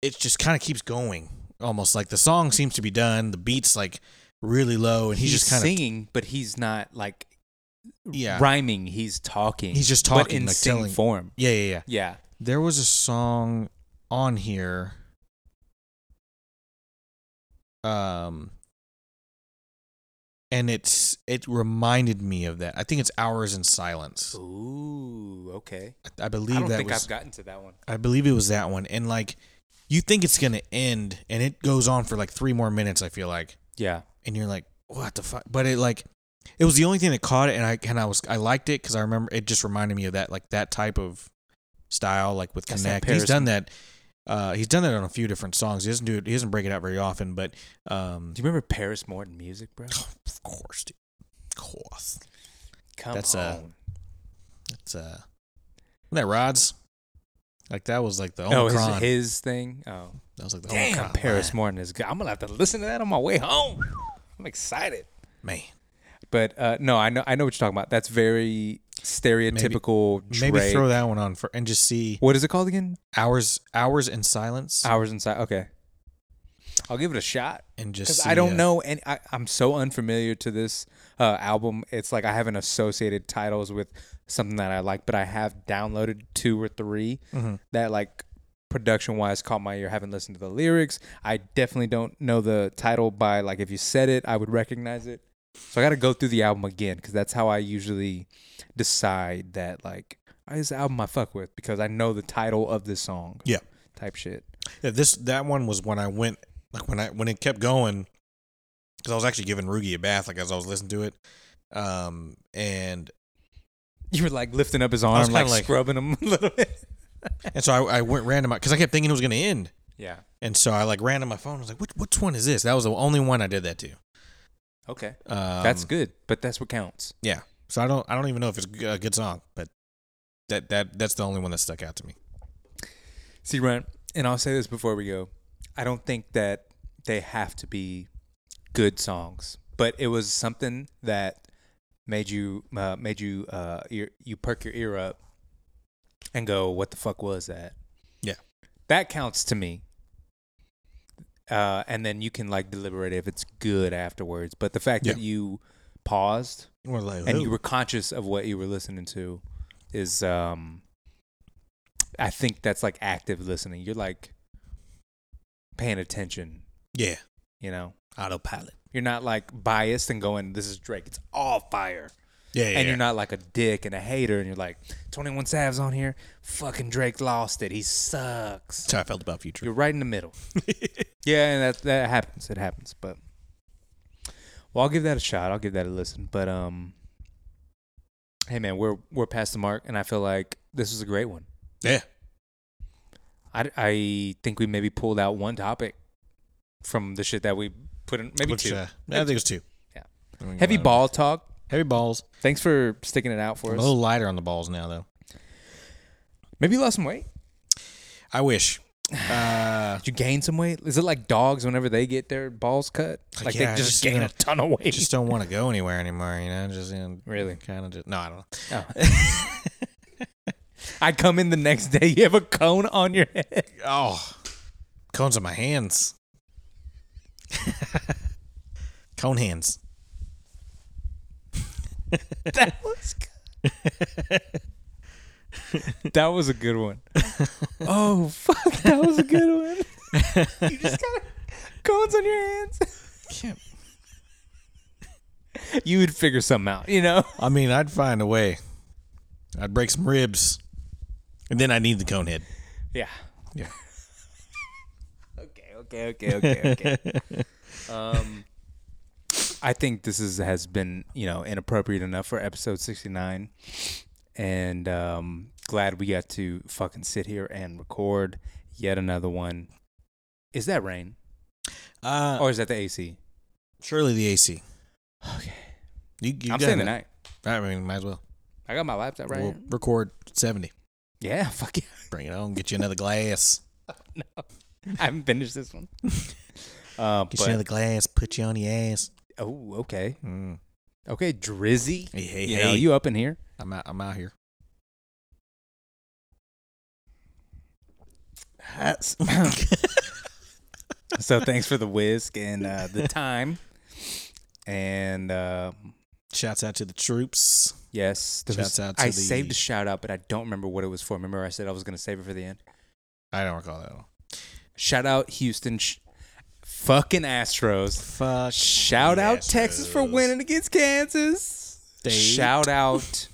[SPEAKER 4] it just kind of keeps going, almost like the song seems to be done. The beat's like really low, and he's, just kind of
[SPEAKER 3] singing, but he's not like
[SPEAKER 4] yeah,
[SPEAKER 3] rhyming. He's talking.
[SPEAKER 4] He's just
[SPEAKER 3] but
[SPEAKER 4] talking,
[SPEAKER 3] in
[SPEAKER 4] like,
[SPEAKER 3] sing
[SPEAKER 4] telling-
[SPEAKER 3] form.
[SPEAKER 4] yeah, yeah, yeah.
[SPEAKER 3] Yeah,
[SPEAKER 4] There was a song on here. Um and it's it reminded me of that. I think it's Hours in Silence.
[SPEAKER 3] Ooh, okay.
[SPEAKER 4] I- I
[SPEAKER 3] I
[SPEAKER 4] believe
[SPEAKER 3] don't
[SPEAKER 4] that
[SPEAKER 3] think
[SPEAKER 4] was
[SPEAKER 3] I've gotten to that one.
[SPEAKER 4] I believe it was that one. And like you think it's going to end and it goes on for like 3 more minutes I feel like.
[SPEAKER 3] Yeah,
[SPEAKER 4] And you're like, "What the fuck?" But it like it was the only thing that caught it and I and I was I liked it cuz I remember it just reminded me of that like that type of style like with
[SPEAKER 3] That's that
[SPEAKER 4] Connect. He's
[SPEAKER 3] Paris-
[SPEAKER 4] done that uh, he's done that on a few different songs. He doesn't do it. He doesn't break it out very often, but um, Oh,
[SPEAKER 3] do you remember Paris Morton music, bro?
[SPEAKER 4] of course, dude. course.
[SPEAKER 3] Come
[SPEAKER 4] That's,
[SPEAKER 3] on.
[SPEAKER 4] uh, It's uh, wasn't that Rod's? Like that was like the
[SPEAKER 3] oh,
[SPEAKER 4] Omicron.
[SPEAKER 3] his, his thing. Oh,
[SPEAKER 4] that was like the
[SPEAKER 3] damn.
[SPEAKER 4] Omicron.
[SPEAKER 3] Paris Morton is good. I'm gonna have to listen to that on my way home. I'm excited.
[SPEAKER 4] man.
[SPEAKER 3] But uh, no, I know I know what you're talking about. That's very stereotypical. Drake.
[SPEAKER 4] Maybe throw that one on for and just see
[SPEAKER 3] What is it called again?
[SPEAKER 4] hours hours in silence
[SPEAKER 3] Hours inside. Okay, I'll give it a shot.
[SPEAKER 4] and just
[SPEAKER 3] because
[SPEAKER 4] see,
[SPEAKER 3] I don't
[SPEAKER 4] uh,
[SPEAKER 3] know, and I, I'm so unfamiliar to this uh, album. It's like I haven't associated titles with something that I like, but I have downloaded two or 3
[SPEAKER 4] Mm-hmm.
[SPEAKER 3] that like production wise caught my ear. Haven't listened to the lyrics. I definitely don't know the title by like if you said it, I would recognize it. So I got to go through the album again because that's how I usually decide that like "Oh, this album I fuck with because I know the title of this song.
[SPEAKER 4] Yeah.
[SPEAKER 3] type shit.
[SPEAKER 4] Yeah, this that one was when I went like when I when it kept going because I was actually giving Rugi a bath like as I was listening to it, um, and
[SPEAKER 3] You were like lifting up his
[SPEAKER 4] was
[SPEAKER 3] arm,
[SPEAKER 4] kinda
[SPEAKER 3] like,
[SPEAKER 4] like-
[SPEAKER 3] scrubbing him <laughs> a little bit.
[SPEAKER 4] and so I, I went random because I kept thinking it was gonna end,
[SPEAKER 3] Yeah.
[SPEAKER 4] and so I like ran to my phone. I was like, which which one is this? That was the only one I did that to.
[SPEAKER 3] Okay.
[SPEAKER 4] Um,
[SPEAKER 3] that's good, but that's what counts.
[SPEAKER 4] Yeah, so I don't I don't even know if it's a good song, but that that that's the only one that stuck out to me.
[SPEAKER 3] See, Ryan, and I'll say this before we go. I don't think that they have to be good songs, but it was something that made you uh, made you uh, ear, you perk your ear up and go, "What the fuck was that?"
[SPEAKER 4] Yeah.
[SPEAKER 3] that counts to me. Uh, and then you can like deliberate if it's good afterwards. But the fact that
[SPEAKER 4] Yeah.
[SPEAKER 3] you paused
[SPEAKER 4] Or like,
[SPEAKER 3] and you were conscious of what you were listening to is um i think that's like active listening you're like paying attention
[SPEAKER 4] yeah,
[SPEAKER 3] you know
[SPEAKER 4] autopilot.
[SPEAKER 3] you're not like biased and going this is drake it's all fire
[SPEAKER 4] Yeah, yeah,
[SPEAKER 3] and
[SPEAKER 4] yeah.
[SPEAKER 3] you're not like a dick and a hater and you're like 21 salves on here fucking drake lost it he sucks
[SPEAKER 4] That's how I felt about Future.
[SPEAKER 3] you're right in the middle yeah and that that happens it happens but well i'll give that a shot i'll give that a listen but um hey man we're we're past the mark and i feel like this was a great one
[SPEAKER 4] <laughs> yeah,
[SPEAKER 3] i i think we maybe pulled out one topic from the shit that we put in maybe
[SPEAKER 4] Which,
[SPEAKER 3] two
[SPEAKER 4] uh, I think it was two.
[SPEAKER 3] Yeah.
[SPEAKER 4] I mean,
[SPEAKER 3] heavy
[SPEAKER 4] whatever.
[SPEAKER 3] ball talk
[SPEAKER 4] heavy balls.
[SPEAKER 3] thanks for sticking it out for
[SPEAKER 4] I'm
[SPEAKER 3] us
[SPEAKER 4] a little lighter on the balls now, though.
[SPEAKER 3] maybe you lost some weight
[SPEAKER 4] I
[SPEAKER 3] <sighs>
[SPEAKER 4] wish. Uh,
[SPEAKER 3] Did you gain some weight? Is it like dogs whenever they get their balls cut? Like
[SPEAKER 4] yeah, I
[SPEAKER 3] they just,
[SPEAKER 4] just, you
[SPEAKER 3] gain
[SPEAKER 4] know,
[SPEAKER 3] a ton of weight.
[SPEAKER 4] just don't want to go anywhere anymore. You know, just you know,
[SPEAKER 3] Really?
[SPEAKER 4] kind of just. No, I don't. know.
[SPEAKER 3] <laughs> I come in the next day, you have a cone on your head.
[SPEAKER 4] Oh, cones on my hands. <laughs> Cone hands.
[SPEAKER 3] That was good. that was a good one. Oh fuck, that was a good one. you just got cones on your hands.
[SPEAKER 4] Can't-
[SPEAKER 3] You would figure something out, you know.
[SPEAKER 4] I mean, I'd find a way. I'd break some ribs, and then I need the cone head.
[SPEAKER 3] Yeah.
[SPEAKER 4] Yeah.
[SPEAKER 3] Okay. Okay. Okay. Okay. Okay. <laughs> um, I think this is has been you know inappropriate enough for episode sixty nine, and um, glad we got to fucking sit here and record yet another one. Is that rain
[SPEAKER 4] Uh,
[SPEAKER 3] or is that the AC?
[SPEAKER 4] surely the AC.
[SPEAKER 3] Okay.
[SPEAKER 4] You, you
[SPEAKER 3] I'm
[SPEAKER 4] got
[SPEAKER 3] saying
[SPEAKER 4] it.
[SPEAKER 3] tonight.
[SPEAKER 4] I mean, might as well.
[SPEAKER 3] I got my laptop right.
[SPEAKER 4] We'll
[SPEAKER 3] here.
[SPEAKER 4] record seventy.
[SPEAKER 3] Yeah. <laughs> Fuck yeah.
[SPEAKER 4] Bring it on. Get you another
[SPEAKER 3] <laughs>
[SPEAKER 4] glass.
[SPEAKER 3] I haven't finished this one. Uh,
[SPEAKER 4] Get
[SPEAKER 3] but-
[SPEAKER 4] you another glass. Put you on your ass.
[SPEAKER 3] oh, okay.
[SPEAKER 4] Mm.
[SPEAKER 3] Okay, Drizzy.
[SPEAKER 4] Hey, hey,
[SPEAKER 3] You
[SPEAKER 4] hey.
[SPEAKER 3] know, you up in here?
[SPEAKER 4] I'm out. I'm <coughs> out here. <laughs>
[SPEAKER 3] so thanks for the whisk and uh, the time. And uh,
[SPEAKER 4] Shouts out to the troops.
[SPEAKER 3] yes, there
[SPEAKER 4] Shouts
[SPEAKER 3] was-
[SPEAKER 4] out to
[SPEAKER 3] I
[SPEAKER 4] the-
[SPEAKER 3] saved a shout out, but I don't remember what it was for. Remember, I said I was going to save it for the end.
[SPEAKER 4] I don't recall that one.
[SPEAKER 3] Shout out Houston, sh- fucking Astros.
[SPEAKER 4] Fuck.
[SPEAKER 3] Shout out Texas for
[SPEAKER 4] Astros.
[SPEAKER 3] winning against Kansas.
[SPEAKER 4] State.
[SPEAKER 3] Shout out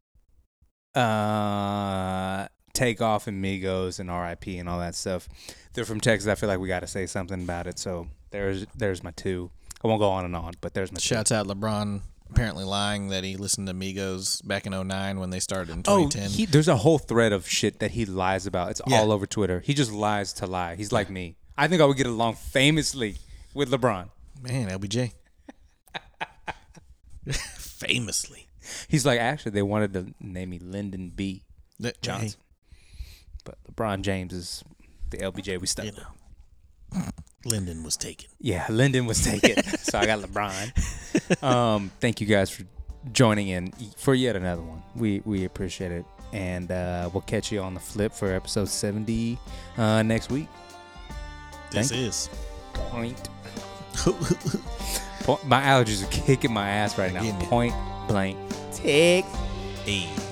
[SPEAKER 3] <laughs> uh Takeoff and Migos and RIP and all that stuff. They're from Texas. I feel like we got to say something about it. So there's there's my two. I won't go on and on, but there's my
[SPEAKER 4] Shouts out LeBron. Apparently lying that he listened to Migos back in 09 when they started in
[SPEAKER 3] two. Oh,
[SPEAKER 4] 2010.
[SPEAKER 3] he, there's a whole thread of shit that he lies about. It's
[SPEAKER 4] Yeah.
[SPEAKER 3] all over Twitter. He just lies to lie. He's like me. I think I would get along famously with LeBron.
[SPEAKER 4] Man, LBJ. <laughs> Famously.
[SPEAKER 3] He's like, actually, they wanted to name me Lyndon B.
[SPEAKER 4] Th-
[SPEAKER 3] Johnson, but LeBron James is the LBJ we stuck.
[SPEAKER 4] hey, you
[SPEAKER 3] with.
[SPEAKER 4] know. Lyndon was taken.
[SPEAKER 3] Yeah, Lyndon was taken, so I got LeBron.
[SPEAKER 4] <laughs>
[SPEAKER 3] Um, thank you guys for joining in for yet another one. We we appreciate it, and uh, we'll catch you on the flip for episode seventy uh, next week.
[SPEAKER 4] This
[SPEAKER 3] Thank
[SPEAKER 4] is.
[SPEAKER 3] Point. point. My allergies are kicking my ass right now.
[SPEAKER 4] Getting it.
[SPEAKER 3] Point blank. Tick.
[SPEAKER 4] <laughs> hey.